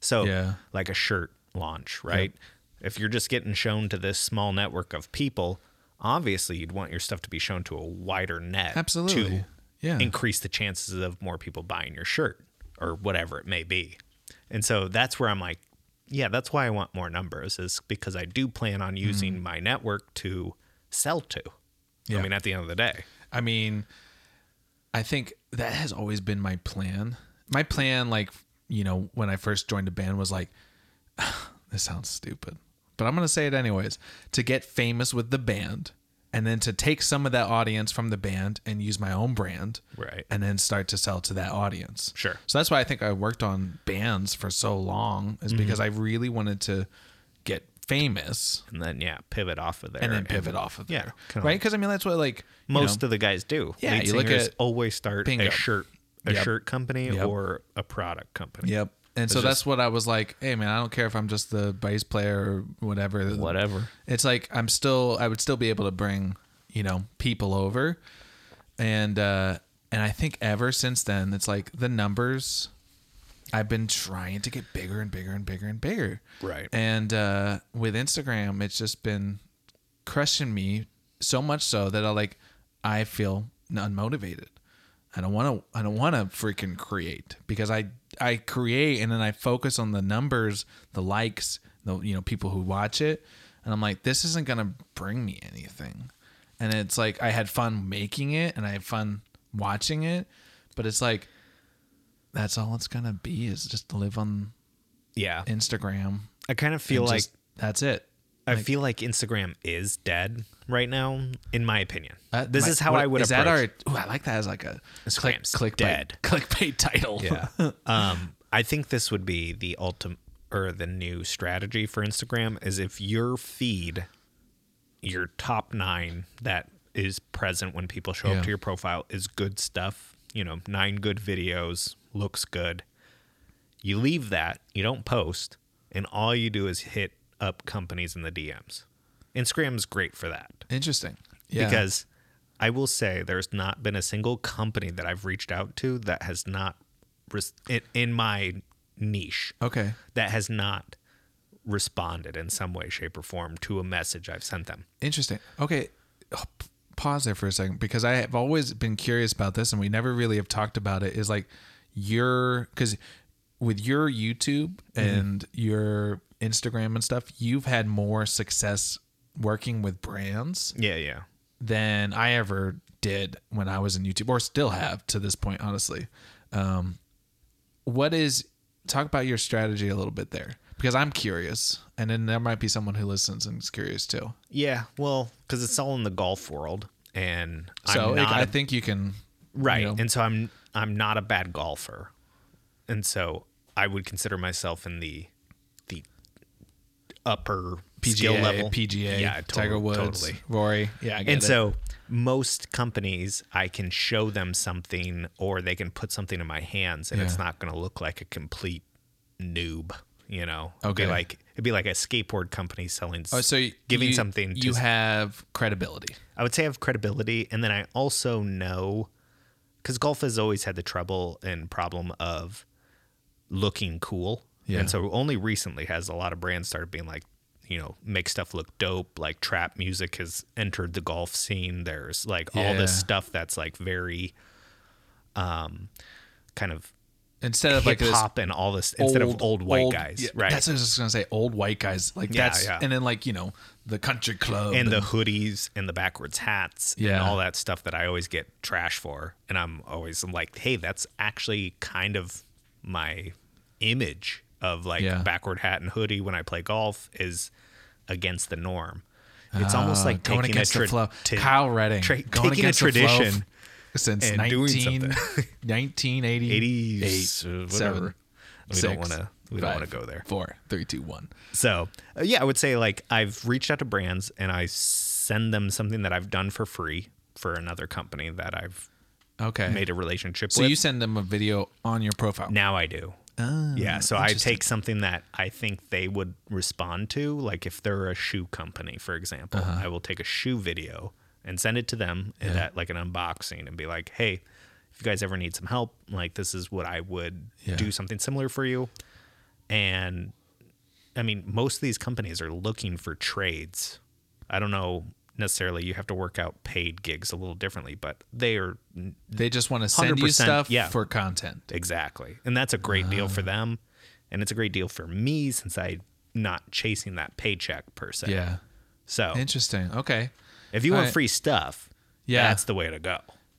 Speaker 5: So,
Speaker 6: Yeah.
Speaker 5: like a shirt launch, right? If you're just getting shown to this small network of people, obviously you'd want your stuff to be shown to a wider net
Speaker 6: Absolutely.
Speaker 5: to
Speaker 6: Yeah.
Speaker 5: increase the chances of more people buying your shirt or whatever it may be. And so that's where I'm like, yeah, that's why I want more numbers is because I do plan on using my network to sell to.
Speaker 6: Mm-hmm. Yeah.
Speaker 5: I mean, at the end of the day.
Speaker 6: I mean, I think that has always been my plan. My plan, like, you know, when I first joined a band was like, [sighs] this sounds stupid, but I'm going to say it anyways to get famous with the band and then to take some of that audience from the band and use my own brand.
Speaker 5: Right.
Speaker 6: And then start to sell to that audience.
Speaker 5: Sure.
Speaker 6: So that's why I think I worked on bands for so long,
Speaker 5: Mhm.
Speaker 6: is because I really wanted to get famous
Speaker 5: And then, yeah, pivot off of there.
Speaker 6: and then pivot off of
Speaker 5: yeah,
Speaker 6: there.
Speaker 5: kinda
Speaker 6: right?
Speaker 5: like-
Speaker 6: Because I mean, that's what, like, you
Speaker 5: Most
Speaker 6: know-
Speaker 5: of the guys do.
Speaker 6: Yeah,
Speaker 5: Lead
Speaker 6: you look
Speaker 5: singers
Speaker 6: at-
Speaker 5: always start
Speaker 6: Bingo.
Speaker 5: a shirt, a
Speaker 6: Yep.
Speaker 5: shirt company
Speaker 6: Yep.
Speaker 5: or a product company.
Speaker 6: Yep. And
Speaker 5: It's
Speaker 6: so that's
Speaker 5: just-
Speaker 6: what I was like, hey man, I don't care if I'm just the bass player or whatever.
Speaker 5: Whatever.
Speaker 6: It's like I'm still I would still be able to bring, you know, people over. And uh and I think ever since then it's like the numbers I've been trying to get bigger and bigger and bigger and bigger.
Speaker 5: Right.
Speaker 6: And uh with Instagram it's just been crushing me so much so that I like I feel unmotivated. I don't want to I don't want to freaking create because I I create and then I focus on the numbers, the likes, the you know people who watch it and I'm like this isn't going to bring me anything. And it's like I had fun making it and I had fun watching it, but it's like that's all it's going to be is just to live on
Speaker 5: Yeah.
Speaker 6: Instagram.
Speaker 5: I kind of feel
Speaker 6: and
Speaker 5: like
Speaker 6: just- that's it.
Speaker 5: I feel like Instagram is dead right now, in my opinion.
Speaker 6: Uh,
Speaker 5: this
Speaker 6: my-
Speaker 5: is how
Speaker 6: what-
Speaker 5: I would
Speaker 6: is
Speaker 5: approach.
Speaker 6: that our ooh, I like that as like a click,
Speaker 5: Instagram's
Speaker 6: clickbait
Speaker 5: dead.
Speaker 6: [laughs] clickbait [laughs] title.
Speaker 5: yeah. um, I think this would be the ultimate or the new strategy for Instagram is if your feed, your top nine that is present when people show
Speaker 6: Yeah.
Speaker 5: up to your profile is good stuff. You know, nine good videos looks good. You leave that, you don't post, and all you do is hit up companies in the DMs. Instagram's great for that.
Speaker 6: Interesting. Yeah.
Speaker 5: because I will say there's not been a single company that I've reached out to that has not res- in, in my niche
Speaker 6: okay.
Speaker 5: that has not responded in some way shape or form to a message I've sent them.
Speaker 6: Interesting. Okay. Oh, p- Pause there for a second because I have always been curious about this and we never really have talked about it. Is like your, because with your YouTube and your Instagram and stuff, you've had more success working with brands
Speaker 5: Yeah, yeah.
Speaker 6: than I ever did when I was in YouTube or still have to this point, honestly. Um, what is, talk about your strategy a little bit there because I'm curious. And then there might be someone who listens and is curious too.
Speaker 5: Yeah, well, cuz it's all in the golf world and
Speaker 6: So
Speaker 5: I'm
Speaker 6: like,
Speaker 5: not
Speaker 6: I
Speaker 5: a-
Speaker 6: think you can.
Speaker 5: right.
Speaker 6: you know.
Speaker 5: And so I'm I'm not a bad golfer. And so I would consider myself in the the upper skill
Speaker 6: PGA,
Speaker 5: level
Speaker 6: PGA,
Speaker 5: yeah,
Speaker 6: Tiger
Speaker 5: totally,
Speaker 6: Woods,
Speaker 5: totally.
Speaker 6: Rory. Yeah, I get
Speaker 5: and
Speaker 6: it.
Speaker 5: so most companies i can show them something or they can put something in my hands and it's
Speaker 6: Yeah.
Speaker 5: not going to look like a complete noob you know
Speaker 6: Okay.
Speaker 5: it'd be like it'd be like a skateboard company selling
Speaker 6: Oh, so y-
Speaker 5: giving
Speaker 6: you-
Speaker 5: something to
Speaker 6: you have credibility.
Speaker 5: I would say I have credibility, and then I also know because golf has always had the trouble and problem of looking cool,
Speaker 6: Yeah.
Speaker 5: and so only recently has a lot of brands started being like, you know, make stuff look dope. Like trap music has entered the golf scene. There's like all this
Speaker 6: Yeah.
Speaker 5: stuff that's like very, um, kind of
Speaker 6: Instead of like
Speaker 5: hip
Speaker 6: this
Speaker 5: hop and all this instead of old white guys,
Speaker 6: yeah,
Speaker 5: right?
Speaker 6: That's what I was just gonna say. Old white guys, like
Speaker 5: Yeah,
Speaker 6: that's,
Speaker 5: yeah.
Speaker 6: and then like you know the country club
Speaker 5: and the hoodies and the backwards hats
Speaker 6: Yeah.
Speaker 5: and all that stuff that I always get trash for. And I'm always like, hey, that's actually kind of my image of like
Speaker 6: Yeah.
Speaker 5: backward hat and hoodie when I play golf is against the norm. It's almost like
Speaker 6: Ah, going
Speaker 5: taking
Speaker 6: against
Speaker 5: a tra-
Speaker 6: the flow.
Speaker 5: to-
Speaker 6: Kyle Redding
Speaker 5: tra-
Speaker 6: going
Speaker 5: taking a
Speaker 6: against the flow f-
Speaker 5: tradition
Speaker 6: since
Speaker 5: and
Speaker 6: 19,
Speaker 5: doing something.
Speaker 6: [laughs] 1988,
Speaker 5: 80s, uh, whatever.
Speaker 6: seven,
Speaker 5: We don't
Speaker 6: six,
Speaker 5: wanna- we don't
Speaker 6: five,
Speaker 5: wanna go there.
Speaker 6: Four, three, two, one.
Speaker 5: So uh, yeah, I would say like I've reached out to brands and I send them something that I've done for free for another company that I've
Speaker 6: Okay.
Speaker 5: made a relationship
Speaker 6: Eh. so
Speaker 5: with.
Speaker 6: you send them a video on your profile.
Speaker 5: now I do. yeah, so I take something that I think they would respond to, like if they're a shoe company, for example, I will take a shoe video and send it to them and that like an unboxing and be like, "Hey, if you guys ever need some help, like this is what I would
Speaker 6: Yeah.
Speaker 5: do something similar for you." And I mean, most of these companies are looking for trades. I don't know necessarily you have to work out paid gigs a little differently, but they are
Speaker 6: They just want to send you
Speaker 5: 100%,
Speaker 6: stuff
Speaker 5: yeah.
Speaker 6: for content.
Speaker 5: Exactly. And that's a great deal for them. And it's a great deal for me since I'm not chasing that paycheck per se.
Speaker 6: Yeah.
Speaker 5: So
Speaker 6: Interesting. Okay.
Speaker 5: if you want
Speaker 6: Alright.
Speaker 5: free stuff,
Speaker 6: Yeah.
Speaker 5: that's the way to go.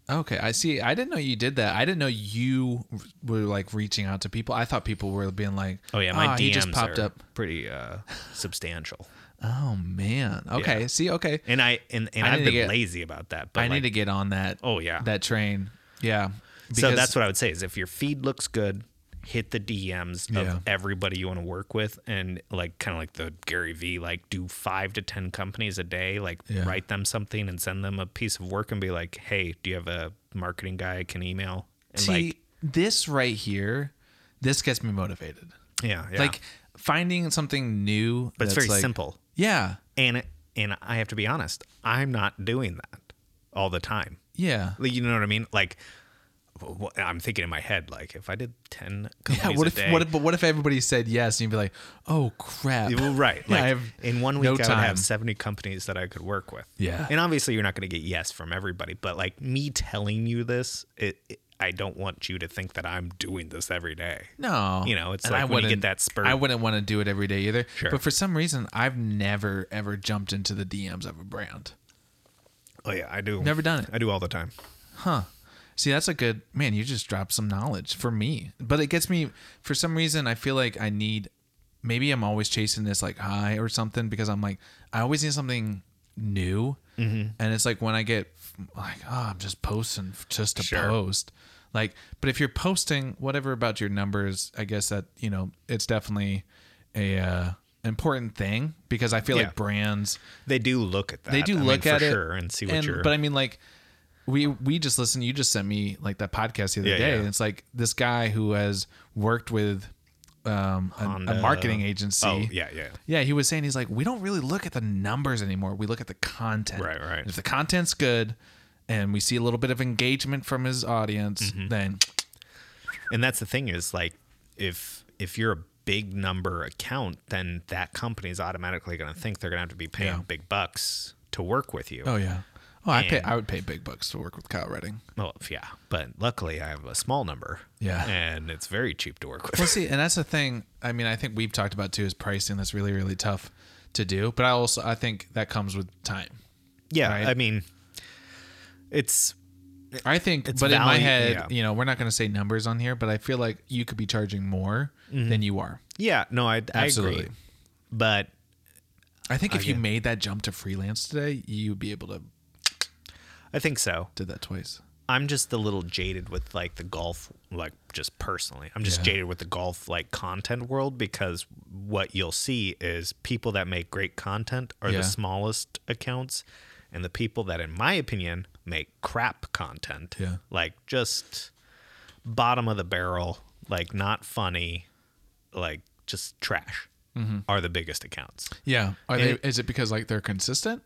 Speaker 6: Okay, I see. I didn't know you did that. I didn't know you were like reaching out to people. I thought people were being like,
Speaker 5: Oh yeah, my
Speaker 6: "Ah,
Speaker 5: DMs
Speaker 6: he just popped
Speaker 5: are
Speaker 6: up."
Speaker 5: pretty uh, substantial.
Speaker 6: Oh man. Okay.
Speaker 5: Yeah.
Speaker 6: See. Okay.
Speaker 5: And I and, and
Speaker 6: I
Speaker 5: I've
Speaker 6: need to
Speaker 5: been
Speaker 6: get-
Speaker 5: lazy about that. But
Speaker 6: I need
Speaker 5: like,
Speaker 6: to get on that.
Speaker 5: Oh, yeah.
Speaker 6: That train. Yeah.
Speaker 5: so that's what I would say is if your feed looks good, hit the DMs
Speaker 6: Yeah.
Speaker 5: of everybody you want to work with and like kind of like the Gary V like do 5 to 10 companies a day, like
Speaker 6: Yeah.
Speaker 5: write them something and send them a piece of work and be like, "Hey, do you have a marketing guy I can email?" And
Speaker 6: see.
Speaker 5: like
Speaker 6: this right here, this gets me motivated.
Speaker 5: yeah, yeah.
Speaker 6: Like finding something new.
Speaker 5: but it's
Speaker 6: that's,
Speaker 5: very
Speaker 6: like-
Speaker 5: simple.
Speaker 6: Yeah.
Speaker 5: And and I have to be honest, I'm not doing that all the time.
Speaker 6: Yeah.
Speaker 5: Like, you know what I mean? Like wh- wh- I'm thinking in my head like if I did 10 companies
Speaker 6: [laughs] Yeah,
Speaker 5: a
Speaker 6: what if
Speaker 5: day,
Speaker 6: what if but what if everybody said yes and you'd be like, oh crap.
Speaker 5: Yeah, Well, right.
Speaker 6: Yeah,
Speaker 5: Like
Speaker 6: [laughs] I have
Speaker 5: in one week,
Speaker 6: no
Speaker 5: I would
Speaker 6: time.
Speaker 5: have seventy companies that I could work with.
Speaker 6: Yeah.
Speaker 5: and obviously, you're not going to get yes from everybody. But like me telling you this, it, it- I don't want you to think that I'm doing this every day.
Speaker 6: No,
Speaker 5: You know, it's
Speaker 6: And
Speaker 5: like when you get
Speaker 6: wouldn't-
Speaker 5: that spur.
Speaker 6: I wouldn't want to do it every day either.
Speaker 5: Sure.
Speaker 6: But for some reason, I've never ever jumped into the DMs of a brand.
Speaker 5: Oh yeah, I do.
Speaker 6: Never done it.
Speaker 5: I do all the time.
Speaker 6: See, that's a good man. You just dropped some knowledge for me, but it gets me. For some reason, I feel like I need. Maybe I'm always chasing this like high or something because I'm like I always need something new,
Speaker 5: Mm-hmm.
Speaker 6: and it's like when I get like oh I'm just posting f- just to
Speaker 5: Sure.
Speaker 6: post, like. But if you're posting whatever about your numbers, I guess that you know it's definitely a uh, important thing because I feel
Speaker 5: Yeah.
Speaker 6: like brands
Speaker 5: They do look at that.
Speaker 6: they do
Speaker 5: I mean,
Speaker 6: look
Speaker 5: for
Speaker 6: at it
Speaker 5: sure and see what you're.
Speaker 6: But I mean, like we we just listened. You just sent me like that podcast the other
Speaker 5: Yeah,
Speaker 6: day,
Speaker 5: yeah.
Speaker 6: and it's like this guy who has worked with um, a, a
Speaker 5: Honda.
Speaker 6: marketing agency.
Speaker 5: oh yeah, yeah.
Speaker 6: Yeah, he was saying he's like, we don't really look at the numbers anymore. We look at the content.
Speaker 5: Right, right.
Speaker 6: If the content's good, and we see a little bit of engagement from his audience,
Speaker 5: Mm-hmm.
Speaker 6: then
Speaker 5: And that's the thing is like if if you're a big number account, then that company is automatically going to think they're going to have to be paying
Speaker 6: Yeah.
Speaker 5: big bucks to work with you.
Speaker 6: oh yeah, oh I pay
Speaker 5: And-
Speaker 6: I would pay big bucks to work with Kyle Redding.
Speaker 5: Well, f- yeah, but luckily I have a small number.
Speaker 6: Yeah.
Speaker 5: and it's very cheap to work with.
Speaker 6: Well, see, and that's the thing. I mean, I think we've talked about too is pricing. That's really, really tough to do. But I also I think that comes with time.
Speaker 5: yeah,
Speaker 6: right.
Speaker 5: I mean, it's
Speaker 6: I think,
Speaker 5: It's
Speaker 6: but in my
Speaker 5: value-
Speaker 6: head,
Speaker 5: yeah.
Speaker 6: you know, we're not going to say numbers on here, but I feel like you could be charging more
Speaker 5: Mm-hmm.
Speaker 6: than you are.
Speaker 5: yeah, no, I, I agree,
Speaker 6: Absolutely.
Speaker 5: but
Speaker 6: I think if you
Speaker 5: get-
Speaker 6: made that jump to freelance today, you'd be able to
Speaker 5: I think so.
Speaker 6: did that twice.
Speaker 5: I'm just a little jaded with like the golf, like just personally. I'm just
Speaker 6: Yeah.
Speaker 5: jaded with the golf like content world because what you'll see is people that make great content are
Speaker 6: Yeah.
Speaker 5: the smallest accounts, and the people that, in my opinion, make crap content,
Speaker 6: Yeah.
Speaker 5: like just bottom of the barrel, like not funny, like just trash,
Speaker 6: Mm-hmm.
Speaker 5: are the biggest accounts.
Speaker 6: Yeah. Are
Speaker 5: And-
Speaker 6: they? Is it because like they're consistent?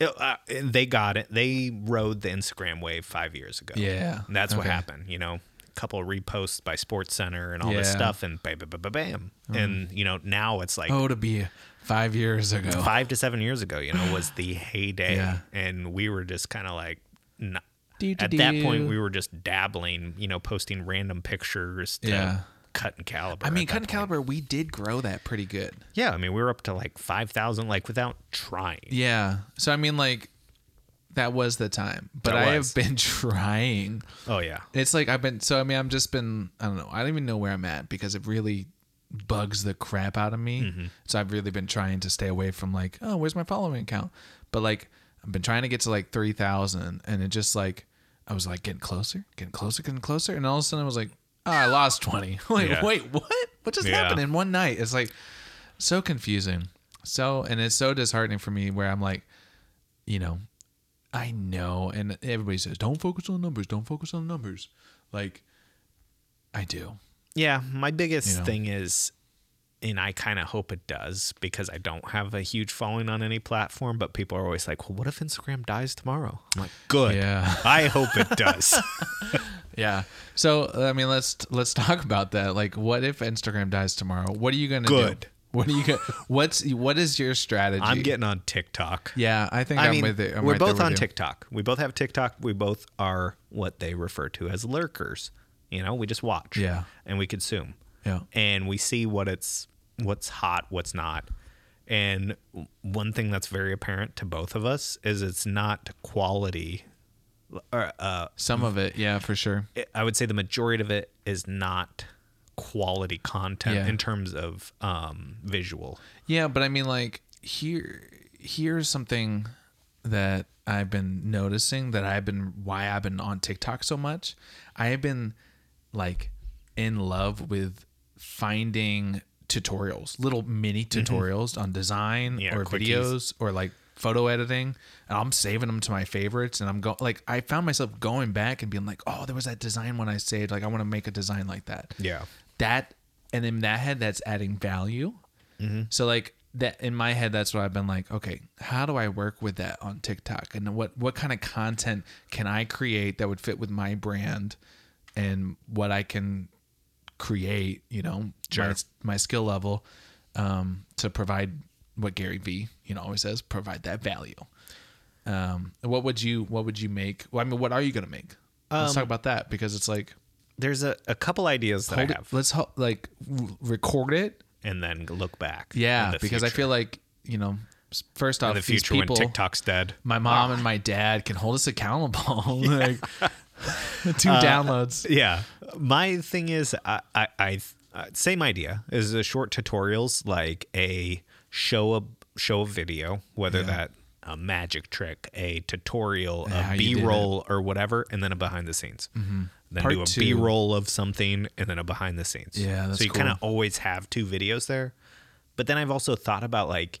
Speaker 5: It- uh, they got it. They rode the Instagram wave five years ago.
Speaker 6: Yeah.
Speaker 5: And that's what
Speaker 6: Okay.
Speaker 5: happened. You know, a couple of reposts by Sports Center and all this
Speaker 6: Yeah. Mm.
Speaker 5: stuff, and bam, bam, bam, bam, bam. And you know, now it's like
Speaker 6: Oh, to be five years ago.
Speaker 5: five to seven years ago. You
Speaker 6: [sighs]
Speaker 5: know, was the heyday,
Speaker 6: Yeah.
Speaker 5: and we were just kind of like. Not,
Speaker 6: Do, do,
Speaker 5: at that
Speaker 6: do.
Speaker 5: point, we were just dabbling, you know, posting random pictures to
Speaker 6: Yeah.
Speaker 5: cut and caliber.
Speaker 6: I mean,
Speaker 5: at that
Speaker 6: Cut and
Speaker 5: point.
Speaker 6: Caliber, we did grow that pretty good.
Speaker 5: Yeah, I mean, we were up to like 5,000, like without trying.
Speaker 6: Yeah. So I mean, like, that was the time. But
Speaker 5: That
Speaker 6: I
Speaker 5: was.
Speaker 6: have been [laughs] trying.
Speaker 5: Oh, yeah.
Speaker 6: It's like I've been. So I mean, I've just been. I don't know. I don't even know where I'm at because it really bugs the crap out of me.
Speaker 5: Mm-hmm.
Speaker 6: So I've really been trying to stay away from like, oh, where's my following account? But like, I've been trying to get to like 3,000 and it just like, I was like getting closer, getting closer, getting closer. And all of a sudden I was like, oh, I lost 20. [laughs] like,
Speaker 5: Yeah.
Speaker 6: wait, what? What just
Speaker 5: Yeah.
Speaker 6: happened in one night? It's like so confusing. So, and it's so disheartening for me where I'm like, you know, I know. And everybody says, don't focus on numbers, don't focus on numbers. Like, I do.
Speaker 5: Yeah, my biggest
Speaker 6: know?
Speaker 5: thing is, and I kind of hope it does because I don't have a huge following on any platform, but people are always like, well, what if Instagram dies tomorrow? I'm like, good.
Speaker 6: Yeah.
Speaker 5: I hope it
Speaker 6: [laughs]
Speaker 5: does.
Speaker 6: Yeah. So I mean, let's let's talk about that. Like, what if Instagram dies tomorrow? What are you gonna
Speaker 5: Good.
Speaker 6: do? What are you gonna? What's what is your strategy?
Speaker 5: I'm getting on TikTok.
Speaker 6: Yeah, I think I
Speaker 5: I
Speaker 6: am
Speaker 5: mean,
Speaker 6: with it. I'm
Speaker 5: we're
Speaker 6: right there
Speaker 5: both
Speaker 6: with
Speaker 5: on
Speaker 6: you.
Speaker 5: TikTok. We both have TikTok. We both are what they refer to as lurkers. You know, we just watch.
Speaker 6: Yeah.
Speaker 5: And we consume.
Speaker 6: Yeah.
Speaker 5: And we see what it's what's hot, what's not. And one thing that's very apparent to both of us is it's not quality. Or, uh,
Speaker 6: Some of it, yeah, for sure.
Speaker 5: I would say the majority of it is not quality content
Speaker 6: Yeah.
Speaker 5: in terms of um, visual.
Speaker 6: Yeah, but I mean, like here, here's something that I've been noticing that I've been why I've been on TikTok so much. I have been like in love with finding tutorials, little mini tutorials on design
Speaker 5: Mm-hmm. Yeah,
Speaker 6: or
Speaker 5: quickies.
Speaker 6: videos or like photo editing, and I'm saving them to my favorites. And I'm going like I found myself going back and being like, oh, there was that design one I saved. Like I want to make a design like that
Speaker 5: Yeah.
Speaker 6: that and in that head that's adding value so like that in my head that's what i've been like okay how do i work with that on tiktok and what what kind of content can i create that would fit with my brand and what i can create you know my, my skill level um to provide what gary vee you know always says provide that value um what would you what would you make well i mean what are you gonna make let's talk about that because it's like
Speaker 5: There's a, a couple ideas that I
Speaker 6: hold it,
Speaker 5: have,
Speaker 6: let's ho- like r- record it.
Speaker 5: and then look back. in
Speaker 6: Yeah,
Speaker 5: the
Speaker 6: because I
Speaker 5: future.
Speaker 6: feel like you know, s- first off,
Speaker 5: in the future
Speaker 6: these people,
Speaker 5: when Ah. TikTok's dead.
Speaker 6: my mom and my dad can hold us accountable.
Speaker 5: [laughs]
Speaker 6: [laughs] like two
Speaker 5: Uh,
Speaker 6: downloads. [laughs]
Speaker 5: Yeah. My thing is, I, I, I uh, same idea is the short tutorials, like a show a show a video, whether that a magic trick, a tutorial, a
Speaker 6: How you did
Speaker 5: B
Speaker 6: it. Mm-hmm.
Speaker 5: roll or whatever, and then a behind the scenes. Then
Speaker 6: Part
Speaker 5: do a
Speaker 6: two.
Speaker 5: B roll of something and then a behind the scenes.
Speaker 6: Yeah, that's
Speaker 5: so you kind of
Speaker 6: cool.
Speaker 5: always have two videos there. But then I've also thought about like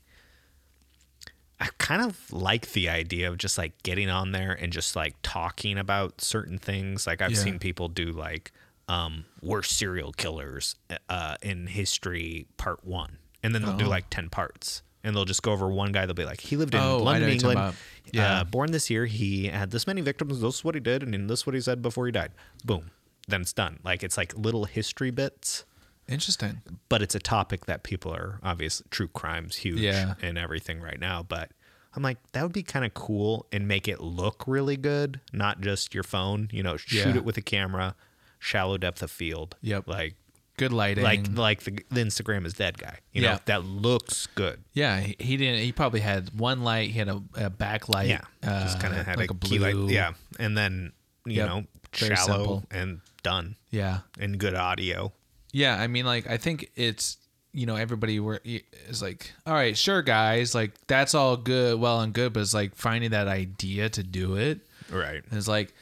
Speaker 5: I kind of like the idea of just like getting on there and just like talking about certain things. Like I've
Speaker 6: Yeah.
Speaker 5: seen people do like um worst serial killers uh in history part 1 and then they'll do like 10 parts and they'll just go over one guy they'll be like he lived in
Speaker 6: Oh, I know
Speaker 5: London
Speaker 6: what you're talking
Speaker 5: England
Speaker 6: about.
Speaker 5: yeah.
Speaker 6: Yeah.
Speaker 5: uh, born this year he had this many victims this is what he did and then this is what he said before he died boom then it's done like it's like little history bits
Speaker 6: Interesting.
Speaker 5: but it's a topic that people are obviously true crimes huge
Speaker 6: Yeah.
Speaker 5: and everything right now but i'm like that would be kind of cool and make it look really good not just your phone you know shoot
Speaker 6: Yeah.
Speaker 5: it with a camera shallow depth of field
Speaker 6: Yep.
Speaker 5: like
Speaker 6: Good lighting.
Speaker 5: like like the, the instagram is dead guy you know
Speaker 6: Yeah.
Speaker 5: that looks good
Speaker 6: yeah, he, he didn't. He probably had one light. He had a, a backlight.
Speaker 5: yeah just
Speaker 6: uh,
Speaker 5: kind of had
Speaker 6: like
Speaker 5: a,
Speaker 6: a
Speaker 5: key light
Speaker 6: blue-
Speaker 5: yeah and then you
Speaker 6: Yep.
Speaker 5: know
Speaker 6: Very
Speaker 5: shallow
Speaker 6: simple.
Speaker 5: and done
Speaker 6: Yeah.
Speaker 5: and good audio
Speaker 6: Yeah, I mean, like, I think it's you know everybody were is like, all right, sure, guys, like that's all good, well and good, but it's like finding that idea to do it.
Speaker 5: right
Speaker 6: And it's like,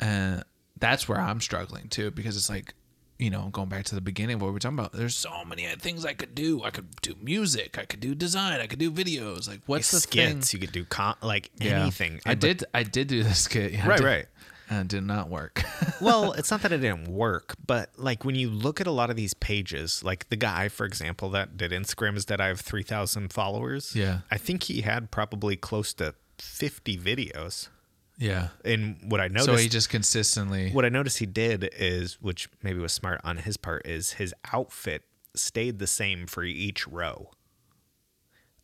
Speaker 6: uh, that's where I'm struggling too because it's like, you know, going back to the beginning of what we we're talking about. There's so many things I could do. I could do music. I could do design. I could do videos. Like, what's the thing?
Speaker 5: skits you could do con- like
Speaker 6: Yeah.
Speaker 5: anything
Speaker 6: I
Speaker 5: And- but
Speaker 6: did. I did do this skit. Yeah, I
Speaker 5: Right,
Speaker 6: did,
Speaker 5: right.
Speaker 6: And it did not work. [laughs]
Speaker 5: well, it's not that it didn't work, but like when you look at a lot of these pages, like the guy, for example, that did Instagram is that I have 3,000 followers.
Speaker 6: Yeah.
Speaker 5: I think he had probably close to 50 videos.
Speaker 6: yeah.
Speaker 5: And what I noticed,
Speaker 6: So he just consistently.
Speaker 5: Oh, what I noticed he did is, which maybe was smart on his part, is his outfit stayed the same for each row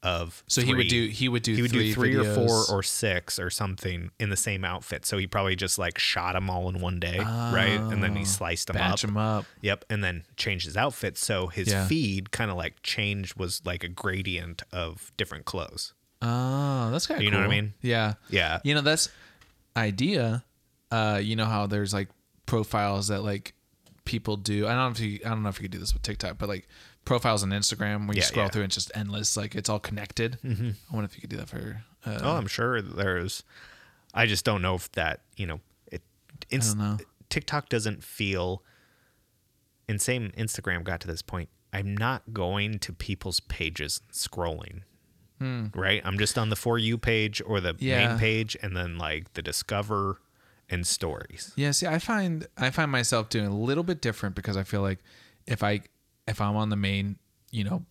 Speaker 5: of
Speaker 6: So he
Speaker 5: three.
Speaker 6: would do he would do
Speaker 5: he would
Speaker 6: three
Speaker 5: do three or
Speaker 6: videos.
Speaker 5: four or six or something in the same outfit. So he probably just like shot them all in one day, right? And then he sliced them
Speaker 6: Oh. batch
Speaker 5: up.
Speaker 6: them up.
Speaker 5: Yep, and then changed his outfit. So his
Speaker 6: Yeah.
Speaker 5: feed kind of like changed was like a gradient of different clothes.
Speaker 6: Oh, that's kind of
Speaker 5: You know what I mean?
Speaker 6: Yeah.
Speaker 5: Yeah.
Speaker 6: You know that's idea. Uh, you know how there's like profiles that like people do. I don't know if you I don't know if you could do this with TikTok, but like profiles on Instagram where you
Speaker 5: Yeah,
Speaker 6: scroll
Speaker 5: yeah.
Speaker 6: through and it's just endless. Like it's all connected. Mm-hmm. I wonder if you could do that for. Uh,
Speaker 5: Oh, I'm sure there's. I just don't know if that you know it. Inst-
Speaker 6: know.
Speaker 5: TikTok doesn't feel. And same Instagram got to this point. I'm not going to people's pages scrolling. Right, I'm just on the for you page or the
Speaker 6: Hmm. Yeah.
Speaker 5: main page, and then like the discover and stories.
Speaker 6: Yeah, see, I find I find myself doing a little bit different because I feel like if I if I'm on the main, you know,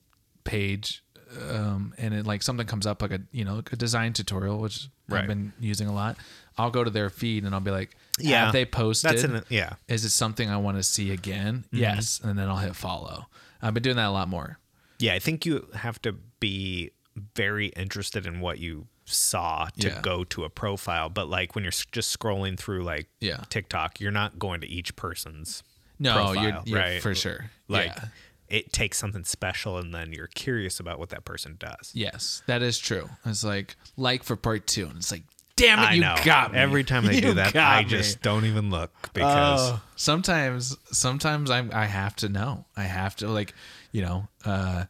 Speaker 6: page um and it like something comes up like a, you know, like a design tutorial which I've
Speaker 5: Right.
Speaker 6: been using a lot, I'll go to their feed and I'll be like, yeah,
Speaker 5: Yeah.
Speaker 6: have they posted?
Speaker 5: That's an- yeah. Mm-hmm.
Speaker 6: Is it something I want to see again? Yes, and then I'll hit follow. I've been doing that a lot more.
Speaker 5: Yeah, I think you have to be very interested in what you saw to
Speaker 6: Yeah.
Speaker 5: go to a profile. But like when you're s- just scrolling through like
Speaker 6: Yeah.
Speaker 5: TikTok, you're not going to each person's
Speaker 6: No,
Speaker 5: profile,
Speaker 6: you're, you're
Speaker 5: right?
Speaker 6: for sure.
Speaker 5: Like
Speaker 6: yeah.
Speaker 5: it takes something special, and then you're curious about what that person does.
Speaker 6: Yes, that is true. It's like like for part 2 and it's like damn it
Speaker 5: I
Speaker 6: you
Speaker 5: know.
Speaker 6: got me.
Speaker 5: Every time I
Speaker 6: [laughs] You
Speaker 5: do that,
Speaker 6: got
Speaker 5: I
Speaker 6: me. Oh,
Speaker 5: just don't even look because
Speaker 6: sometimes sometimes I'm I have to know. I have to like, you know, uh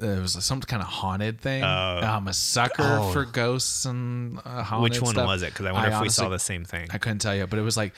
Speaker 6: it was some kind of haunted thing. I'm a sucker
Speaker 5: Uh, Oh.
Speaker 6: for ghosts and uh, haunted
Speaker 5: which one
Speaker 6: stuff.
Speaker 5: was it? Because I wonder if we saw
Speaker 6: honestly-
Speaker 5: the same thing.
Speaker 6: I couldn't tell you, but it was like,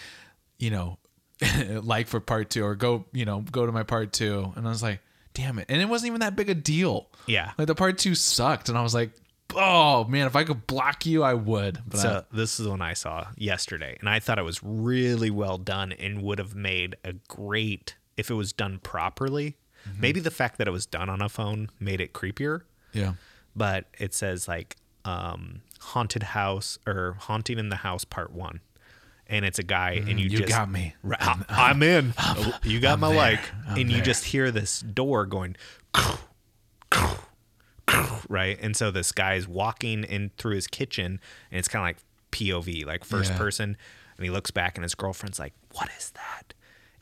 Speaker 6: you know, [laughs] like for part 2 or go, you know, go to my part 2 and I was like, damn it. And it wasn't even that big a deal.
Speaker 5: Yeah.
Speaker 6: Like the part 2 sucked and I was like, oh man, if I could block you, I would. But I-
Speaker 5: So this is one I saw yesterday, and I thought it was really well done and would have made a great if it was done properly.
Speaker 6: Mm-hmm.
Speaker 5: Maybe the fact that it was done on a phone made it creepier,
Speaker 6: yeah.
Speaker 5: but it says like um, haunted house or haunting in the house part one, and it's a guy and you,
Speaker 6: Mm, you
Speaker 5: just
Speaker 6: got me.
Speaker 5: Ri-
Speaker 6: [laughs]
Speaker 5: I- I'm in. you got my
Speaker 6: there.
Speaker 5: like,
Speaker 6: I'm
Speaker 5: and
Speaker 6: there.
Speaker 5: you just hear this door going. right? And so this guy's walking in through his kitchen, and it's kind of like POV, like first
Speaker 6: Yeah.
Speaker 5: person. And he looks back, and his girlfriend's like, "What is that?"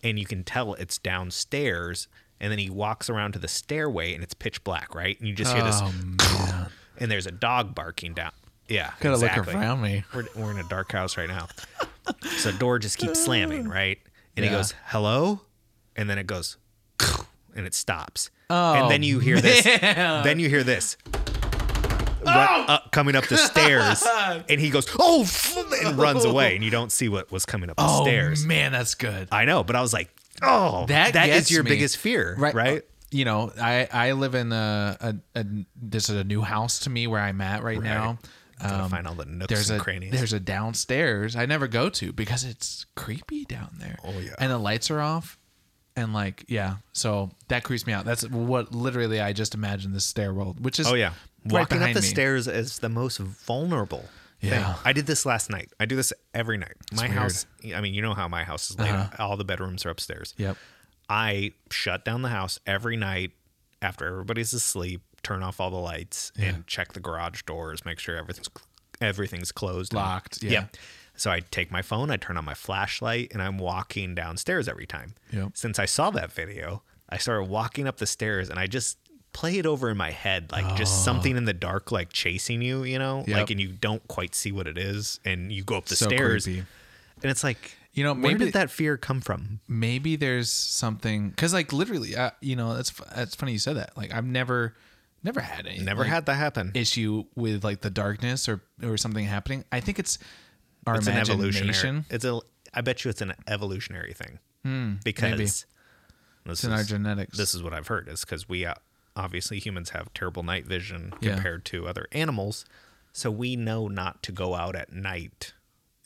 Speaker 5: And you can tell it's downstairs. And then he walks around to the stairway, and it's pitch black, right? And you just hear this,
Speaker 6: Oh,
Speaker 5: [laughs] and there's a dog barking down. Yeah,
Speaker 6: Gotta look
Speaker 5: exactly.
Speaker 6: around me.
Speaker 5: We're, we're in a dark house right now, so the door just keeps slamming, right? And he
Speaker 6: Uh. Yeah.
Speaker 5: goes, "Hello," and then it goes, [laughs] and it stops.
Speaker 6: Oh,
Speaker 5: and then you hear
Speaker 6: [laughs]
Speaker 5: this. Then you hear this. Run,
Speaker 6: Oh.
Speaker 5: up, coming up the
Speaker 6: [laughs]
Speaker 5: stairs, and he goes, "Oh!" f-" and runs away, and you don't see what was coming up the
Speaker 6: Oh
Speaker 5: stairs.
Speaker 6: man, that's good.
Speaker 5: I know, but I was like, "Oh, that, that
Speaker 6: gets
Speaker 5: is your
Speaker 6: me.
Speaker 5: biggest fear, right?"
Speaker 6: uh, You know, I I live in a, a, a this is a new house to me where I'm at right, now. Uh,
Speaker 5: Gotta find all the nooks
Speaker 6: Um, There's
Speaker 5: and
Speaker 6: a
Speaker 5: crannies.
Speaker 6: there's a downstairs I never go to because it's creepy down there.
Speaker 5: Oh, yeah.
Speaker 6: and the lights are off, and like yeah, so that creeps me out. That's what literally I just imagined this stairwell, which is
Speaker 5: Oh yeah.
Speaker 6: right
Speaker 5: Walking up
Speaker 6: behind
Speaker 5: the
Speaker 6: me.
Speaker 5: stairs is the most vulnerable.
Speaker 6: Yeah.
Speaker 5: Thing. I did this last night. I do this every night. my
Speaker 6: weird. Uh-huh.
Speaker 5: house, I mean, you know how my house is laid out. All the bedrooms are upstairs.
Speaker 6: Yep.
Speaker 5: I shut down the house every night after everybody's asleep, turn off all the lights and check the garage doors, make sure everything's everything's closed. and-
Speaker 6: Locked, yeah.
Speaker 5: Yep. So I take my phone, I turn on my flashlight, and I'm walking downstairs every time.
Speaker 6: Yep.
Speaker 5: Since I saw that video, I started walking up the stairs and I just play it over in my head, like just something in the dark, like chasing you, you know?
Speaker 6: Oh. Yep.
Speaker 5: Like, and you don't quite see what it is. And you go up the
Speaker 6: So
Speaker 5: stairs.
Speaker 6: creepy.
Speaker 5: And it's like,
Speaker 6: You know,
Speaker 5: where
Speaker 6: maybe-
Speaker 5: did that fear come from?
Speaker 6: maybe there's something because like literally, uh, you know, that's that's funny you said that. Like I've never never had any
Speaker 5: Never
Speaker 6: like,
Speaker 5: had that happen.
Speaker 6: issue with like the darkness or or something happening. I think it's our
Speaker 5: it's an
Speaker 6: imagination. Hmm,
Speaker 5: evolutionary. It's a. I bet you it's an evolutionary thing because
Speaker 6: maybe.
Speaker 5: this
Speaker 6: It's in our genetics.
Speaker 5: This is what I've heard is because we uh, obviously humans have terrible night vision
Speaker 6: Yeah.
Speaker 5: compared to other animals, so we know not to go out at night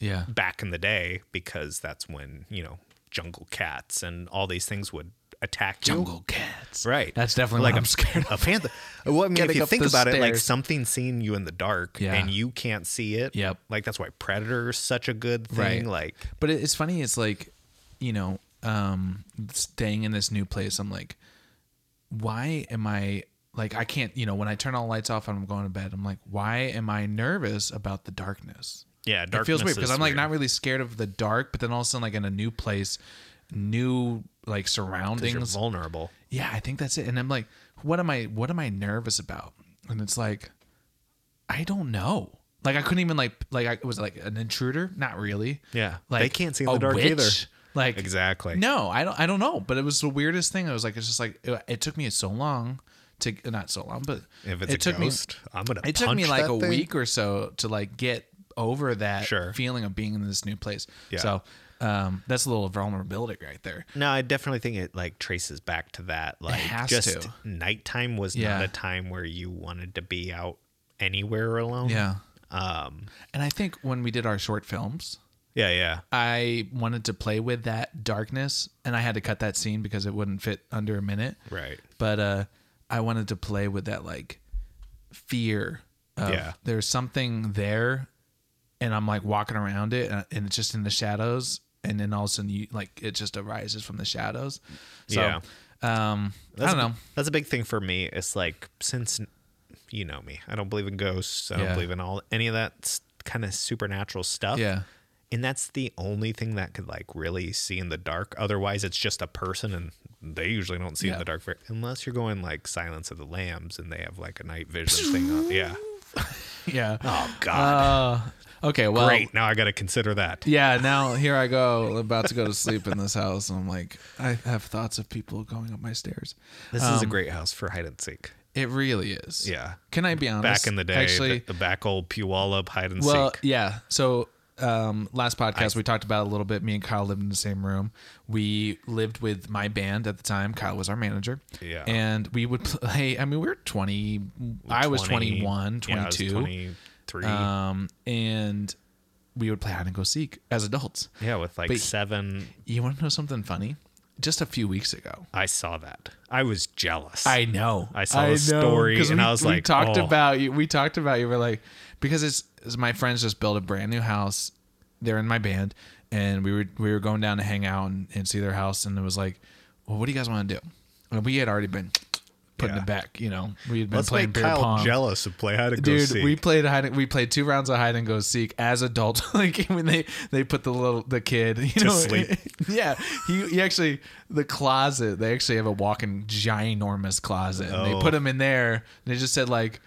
Speaker 6: yeah.
Speaker 5: back in the day because that's when you know jungle cats and all these things would attack you.
Speaker 6: Jungle cats.
Speaker 5: Right.
Speaker 6: That's definitely
Speaker 5: like
Speaker 6: what
Speaker 5: a-
Speaker 6: I'm scared
Speaker 5: [laughs] A panther. Well, I mean, if
Speaker 6: Getting
Speaker 5: you
Speaker 6: up
Speaker 5: think
Speaker 6: the
Speaker 5: about it, like
Speaker 6: stairs.
Speaker 5: something seeing you in the dark
Speaker 6: Yeah.
Speaker 5: and you can't see it.
Speaker 6: Yep.
Speaker 5: Like that's why Predator is such a good
Speaker 6: Right.
Speaker 5: thing. Like,
Speaker 6: But it- it's funny. It's like, you know, um, staying in this new place. I'm like, why am I like I can't? You know, when I turn all the lights off and I'm going to bed, I'm like, why am I nervous about the darkness?
Speaker 5: yeah,
Speaker 6: it feels weird because I'm like
Speaker 5: not.
Speaker 6: not really scared of the dark, but then all of a sudden, like in a new place, new like
Speaker 5: because
Speaker 6: surroundings,
Speaker 5: you're vulnerable.
Speaker 6: yeah i think that's it and i'm like what am i what am i nervous about and it's like i don't know like i couldn't even like like i was it like an intruder not really
Speaker 5: Yeah.
Speaker 6: like
Speaker 5: They can't see in the dark
Speaker 6: witch?
Speaker 5: either.
Speaker 6: Like
Speaker 5: Exactly.
Speaker 6: No, I don't. I don't know. But it was the weirdest thing. I was like, it's just like it, it took me so long to not so long, but
Speaker 5: If it's
Speaker 6: it
Speaker 5: a
Speaker 6: took
Speaker 5: ghost, I'm gonna.
Speaker 6: me. It took me
Speaker 5: punch
Speaker 6: like
Speaker 5: that
Speaker 6: a
Speaker 5: thing.
Speaker 6: week or so to like get over that
Speaker 5: Sure.
Speaker 6: feeling of being in this new place.
Speaker 5: Yeah.
Speaker 6: So um, that's a little vulnerability right there.
Speaker 5: No, I definitely think it like traces back to that. Like,
Speaker 6: has
Speaker 5: just
Speaker 6: to.
Speaker 5: nighttime was
Speaker 6: Yeah.
Speaker 5: not a time where you wanted to be out anywhere alone.
Speaker 6: Yeah. Um, and I think when we did our short films,
Speaker 5: yeah, yeah.
Speaker 6: I wanted to play with that darkness, and I had to cut that scene because it wouldn't fit under a minute.
Speaker 5: Right.
Speaker 6: But uh, I wanted to play with that like fear. Of
Speaker 5: Yeah.
Speaker 6: There's something there, and I'm like walking around it, uh, and, and it's just in the shadows, and then all of a sudden you like it just arises from the shadows. So,
Speaker 5: Yeah.
Speaker 6: Um, I
Speaker 5: That's
Speaker 6: don't
Speaker 5: a-
Speaker 6: know.
Speaker 5: That's a big thing for me. It's like since you know me, I don't believe in ghosts. I
Speaker 6: Yeah.
Speaker 5: don't believe in all any of that kind of supernatural stuff.
Speaker 6: Yeah.
Speaker 5: And that's the only thing that could like really see in the dark. Otherwise, it's just a person, and they usually don't see
Speaker 6: Yeah.
Speaker 5: in the dark. ver- Unless you're going like Silence of the Lambs, and they have like a night
Speaker 6: [laughs]
Speaker 5: vision thing on. Yeah.
Speaker 6: Yeah. Uh,
Speaker 5: Oh God.
Speaker 6: okay. Well.
Speaker 5: Great. Now I got to consider that.
Speaker 6: Yeah, now here I go, about to go to sleep in this house. And I'm like, I have thoughts of people going up my stairs.
Speaker 5: This
Speaker 6: Um,
Speaker 5: is a great house for hide and seek.
Speaker 6: It really is.
Speaker 5: Yeah.
Speaker 6: Can I be honest?
Speaker 5: Back in the day,
Speaker 6: actually,
Speaker 5: the, the back old Puyallup hide and
Speaker 6: well,
Speaker 5: seek.
Speaker 6: yeah. So um, last podcast we talked about it a little bit. Me and Kyle lived in the same room. We lived with my band at the time. Kyle was our manager.
Speaker 5: Yeah.
Speaker 6: And we would play. I mean, we were 20. I was 21, 22.
Speaker 5: Yeah, I was 23.
Speaker 6: Um, and we would play hide and go seek as adults.
Speaker 5: yeah, with like
Speaker 6: but-
Speaker 5: seven.
Speaker 6: You want to know something funny? Just a few weeks ago.
Speaker 5: I saw that. I was jealous.
Speaker 6: I know.
Speaker 5: I saw the story
Speaker 6: 'Cause
Speaker 5: and
Speaker 6: we-
Speaker 5: I was
Speaker 6: we
Speaker 5: like,
Speaker 6: talked
Speaker 5: oh.
Speaker 6: about you. We talked about you. We're like, because it's, it's my friends just built a brand new house. They're in my band, and we were we were going down to hang out and, and see their house, and it was like, well, what do you guys want to do? And we had already been putting
Speaker 5: Yeah.
Speaker 6: it back. You know, we had been
Speaker 5: Let's
Speaker 6: playing
Speaker 5: make
Speaker 6: beer
Speaker 5: Kyle
Speaker 6: pong.
Speaker 5: jealous of play hide and go
Speaker 6: Dude,
Speaker 5: seek.
Speaker 6: we played hide. and- We played two rounds of hide and go seek as adults. [laughs] like when they they put the little the kid [laughs] you know
Speaker 5: sleep.
Speaker 6: yeah, he, he actually the closet. They actually have a walk-in ginormous closet. And
Speaker 5: Oh.
Speaker 6: They put him in there. And they just said like,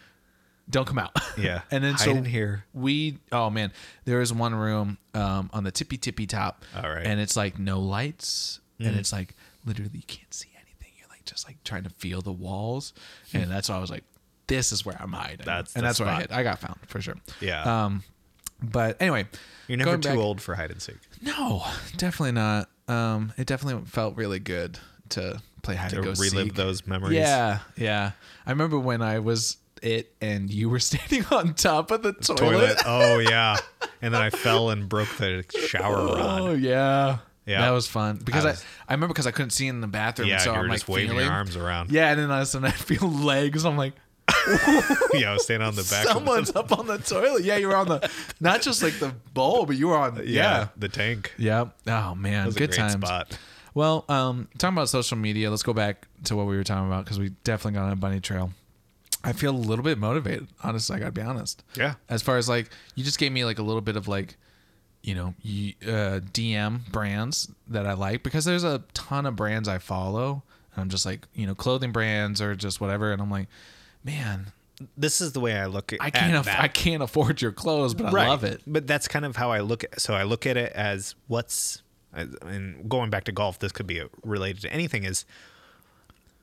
Speaker 6: "Don't come out." [laughs]
Speaker 5: Yeah.
Speaker 6: and then
Speaker 5: Hide
Speaker 6: so
Speaker 5: in here.
Speaker 6: we oh man, there is one room um on the tippy tippy top.
Speaker 5: All right. Mm.
Speaker 6: and it's like no lights, and it's like literally you can't see anything. You're like just like trying to feel the walls,
Speaker 5: Hmm.
Speaker 6: and that's why I was like. This is where I'm hiding,
Speaker 5: That's
Speaker 6: and
Speaker 5: the
Speaker 6: that's where I
Speaker 5: spot.
Speaker 6: hit. I got found for sure.
Speaker 5: Yeah.
Speaker 6: Um, but anyway,
Speaker 5: You're never
Speaker 6: going
Speaker 5: too
Speaker 6: back-
Speaker 5: old for hide and seek.
Speaker 6: no, definitely not. Um, it definitely felt really good to play hide
Speaker 5: To
Speaker 6: and go
Speaker 5: relive
Speaker 6: seek.
Speaker 5: those memories.
Speaker 6: Yeah, yeah. I remember when I was it and you were [laughs] standing on top of the toilet.
Speaker 5: Toilet. [laughs] oh
Speaker 6: [laughs]
Speaker 5: yeah. And then I fell and broke the shower
Speaker 6: Oh
Speaker 5: rod.
Speaker 6: yeah,
Speaker 5: Yeah.
Speaker 6: That was fun because I,
Speaker 5: I
Speaker 6: I,
Speaker 5: was-
Speaker 6: remember because I couldn't see in the bathroom.
Speaker 5: Yeah,
Speaker 6: so
Speaker 5: you
Speaker 6: I'm
Speaker 5: were
Speaker 6: like
Speaker 5: just waving
Speaker 6: feeling.
Speaker 5: your arms around.
Speaker 6: Yeah, and then all of a sudden [laughs] I feel legs. I'm like.
Speaker 5: [laughs] yeah, I was standing on the back.
Speaker 6: Someone's up on the toilet. Yeah, you were on the, not just like the bowl, but you
Speaker 5: [laughs]
Speaker 6: were on.
Speaker 5: of the,
Speaker 6: Yeah,
Speaker 5: the tank.
Speaker 6: yeah. Oh man,
Speaker 5: That was
Speaker 6: good
Speaker 5: a great
Speaker 6: times.
Speaker 5: spot.
Speaker 6: Well, um, talking about social media, let's go back to what we were talking about because we definitely got on a bunny trail. I feel a little bit motivated, honestly. I gotta be honest.
Speaker 5: Yeah.
Speaker 6: As far as like, you just gave me like a little bit of like, you know, y- uh, DM brands that I like because there's a ton of brands I follow, and I'm just like, you know, clothing brands or just whatever, and I'm like, man,
Speaker 5: This is the way I look at.
Speaker 6: I can't,
Speaker 5: at
Speaker 6: aff-
Speaker 5: that.
Speaker 6: I can't afford your clothes, but I love it.
Speaker 5: But that's kind of how I look at. So I look at it as what's, and going back to golf, this could be related to anything. Is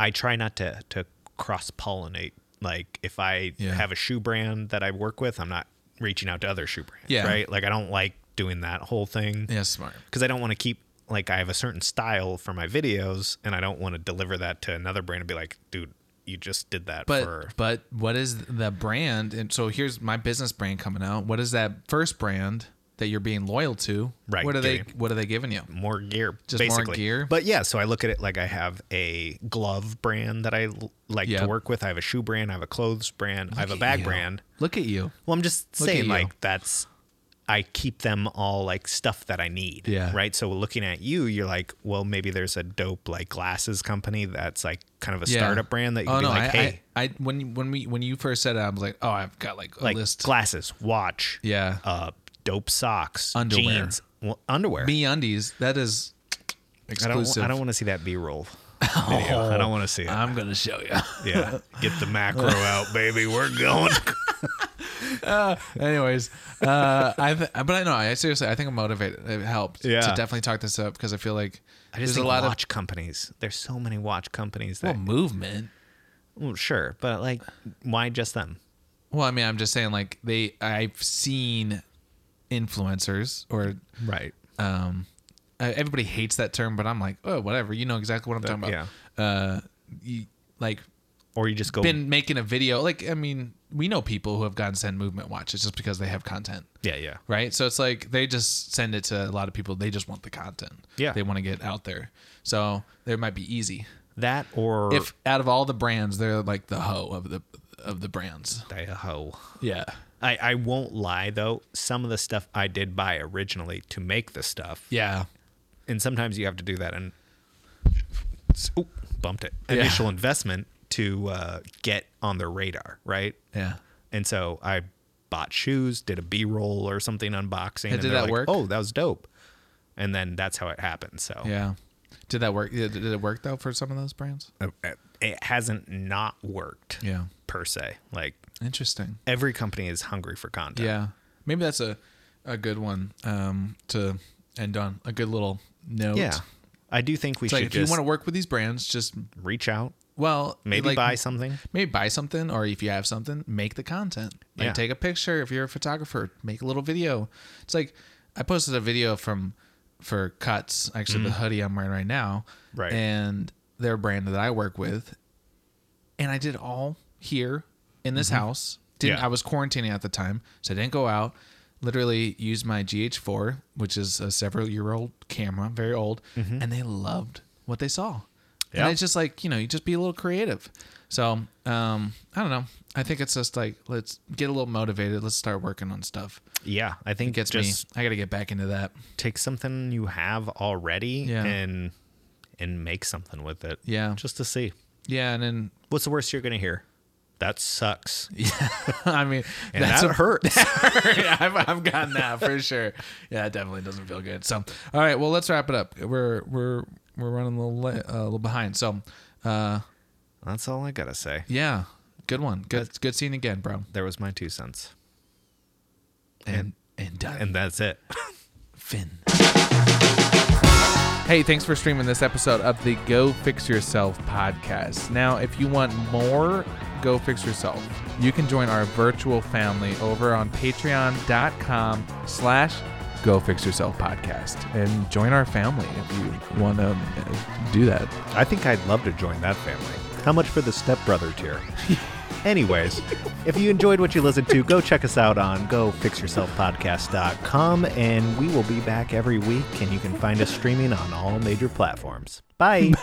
Speaker 5: I try not to to cross pollinate. Like if I
Speaker 6: Yeah.
Speaker 5: have a shoe brand that I work with, I'm not reaching out to other shoe brands.
Speaker 6: Yeah.
Speaker 5: Right. Like I don't like doing that whole thing.
Speaker 6: Yeah, smart.
Speaker 5: Because I don't want to keep like I have a certain style for my videos, and I don't want to deliver that to another brand and be like, dude, you just did that
Speaker 6: But
Speaker 5: for.
Speaker 6: but what is the brand? And so here's my business brand coming out. What is that first brand that you're being loyal to?
Speaker 5: Right,
Speaker 6: What are they?
Speaker 5: giving-
Speaker 6: What are they giving you?
Speaker 5: more gear
Speaker 6: Just more
Speaker 5: basically
Speaker 6: gear?
Speaker 5: but yeah so i look at it like i have a glove brand that i l- like
Speaker 6: Yeah.
Speaker 5: to work with i have a shoe brand i have a clothes brand i have a
Speaker 6: Look at
Speaker 5: bag
Speaker 6: you.
Speaker 5: brand
Speaker 6: Look at you.
Speaker 5: well i'm just
Speaker 6: Look at
Speaker 5: saying
Speaker 6: you.
Speaker 5: like that's i keep them all like stuff that i need
Speaker 6: Yeah.
Speaker 5: right so looking at you you're like well maybe there's a dope like glasses company that's like kind of a startup brand that you can
Speaker 6: oh,
Speaker 5: be
Speaker 6: no,
Speaker 5: like
Speaker 6: I,
Speaker 5: hey
Speaker 6: I, I when when we when you first said it, I was like, oh, I've got like a
Speaker 5: like
Speaker 6: list.
Speaker 5: glasses watch
Speaker 6: Yeah.
Speaker 5: uh dope socks
Speaker 6: Underwear.
Speaker 5: jeans well, underwear
Speaker 6: Me undies. That is
Speaker 5: I don't,
Speaker 6: exclusive.
Speaker 5: I don't want to see that
Speaker 6: [laughs]
Speaker 5: b-roll video. i don't want to see it [laughs]
Speaker 6: I'm gonna show you.
Speaker 5: Yeah. Get the macro out, baby. We're going.
Speaker 6: Anyways, uh, I th- but I know I seriously I think I'm motivated. It helped
Speaker 5: Yeah.
Speaker 6: to definitely talk this up because I feel like
Speaker 5: I just
Speaker 6: there's a
Speaker 5: think
Speaker 6: lot
Speaker 5: watch companies. There's so many watch companies
Speaker 6: of well,
Speaker 5: that
Speaker 6: movement.
Speaker 5: well, sure, but like why just them?
Speaker 6: Well, I mean, I'm just saying like they I've seen influencers or
Speaker 5: Right.
Speaker 6: um, uh, everybody hates that term, but I'm like oh whatever. You know exactly what I'm talking about. Uh, you, like
Speaker 5: Or you just go
Speaker 6: been making a video. Like I mean, we know people who have gotten sent movement watches just because they have content.
Speaker 5: Yeah, yeah.
Speaker 6: right? So it's like they just send it to a lot of people. They just want the content.
Speaker 5: Yeah.
Speaker 6: They want to get out there. So there might be easy.
Speaker 5: That or
Speaker 6: If out of all the brands, they're like the hoe of the of the brands.
Speaker 5: Daiho.
Speaker 6: Yeah.
Speaker 5: I, I won't lie though, some of the stuff I did buy originally to make the stuff.
Speaker 6: Yeah.
Speaker 5: And sometimes you have to do that and Oop, bumped it.
Speaker 6: Yeah.
Speaker 5: Initial investment to uh, get on their radar, right?
Speaker 6: Yeah.
Speaker 5: And so I bought shoes, did a B roll or something unboxing.
Speaker 6: Hey,
Speaker 5: and
Speaker 6: did
Speaker 5: they're
Speaker 6: that
Speaker 5: like,
Speaker 6: work?
Speaker 5: Oh, that was dope. And then that's how it happened. So
Speaker 6: Yeah. Did that work? Did did it work though for some of those brands?
Speaker 5: uh, it hasn't not worked
Speaker 6: Yeah.
Speaker 5: per se. Like
Speaker 6: Interesting.
Speaker 5: every company is hungry for content.
Speaker 6: Yeah. Maybe that's a a good one um, to end on. A good little note.
Speaker 5: Yeah. I do think we
Speaker 6: It's
Speaker 5: should
Speaker 6: like if you
Speaker 5: just
Speaker 6: want to work with these brands, just
Speaker 5: reach out,
Speaker 6: well,
Speaker 5: maybe
Speaker 6: like,
Speaker 5: buy something.
Speaker 6: maybe buy something or if you have something make the content like
Speaker 5: Yeah.
Speaker 6: take a picture if you're a photographer make a little video it's like i posted a video from for cuts actually the hoodie i'm wearing right now
Speaker 5: Mm. Right.
Speaker 6: and their brand that i work with and i did all here in this house didn't
Speaker 5: Mm-hmm. Yeah.
Speaker 6: i was quarantining at the time so i didn't go out literally used my gh4 which is a several year old camera very old and they loved what they saw
Speaker 5: Mm-hmm. Yeah.
Speaker 6: and it's just like, you know, you just be a little creative. So, um, I don't know. I think it's just like, let's get a little motivated. Let's start working on stuff.
Speaker 5: Yeah. I think
Speaker 6: Gets
Speaker 5: just
Speaker 6: me. I got to get back into that.
Speaker 5: take something you have already
Speaker 6: Yeah.
Speaker 5: and and make something with it.
Speaker 6: Yeah.
Speaker 5: Just to see.
Speaker 6: Yeah. And then, [laughs]
Speaker 5: What's the worst you're gonna hear? That sucks.
Speaker 6: I mean,
Speaker 5: And that
Speaker 6: a-
Speaker 5: hurts.
Speaker 6: yeah, [laughs] I've, I've gotten that for sure. Yeah, it definitely doesn't feel good. So, all right, well, let's wrap it up. We're, we're, we're running a little, la- uh, a little behind. So, uh,
Speaker 5: [laughs] That's all I gotta say.
Speaker 6: yeah, good one. Good, good scene again, bro.
Speaker 5: There was my two cents.
Speaker 6: And, and done.
Speaker 5: And that's it.
Speaker 6: Finn. Hey, thanks for streaming this episode of the Go Fix Yourself podcast. Now, if you want more Go Fix Yourself, you can join our virtual family over on patreon.com slash Go Fix Yourself podcast and join our family if you want to do that.
Speaker 5: I think I'd love to join that family. How much for the stepbrother [laughs] tier? Anyways, if you enjoyed what you listened to, go check us out on gofixyourselfpodcast.com and we will be back every week and you can find us streaming on all major platforms. Bye.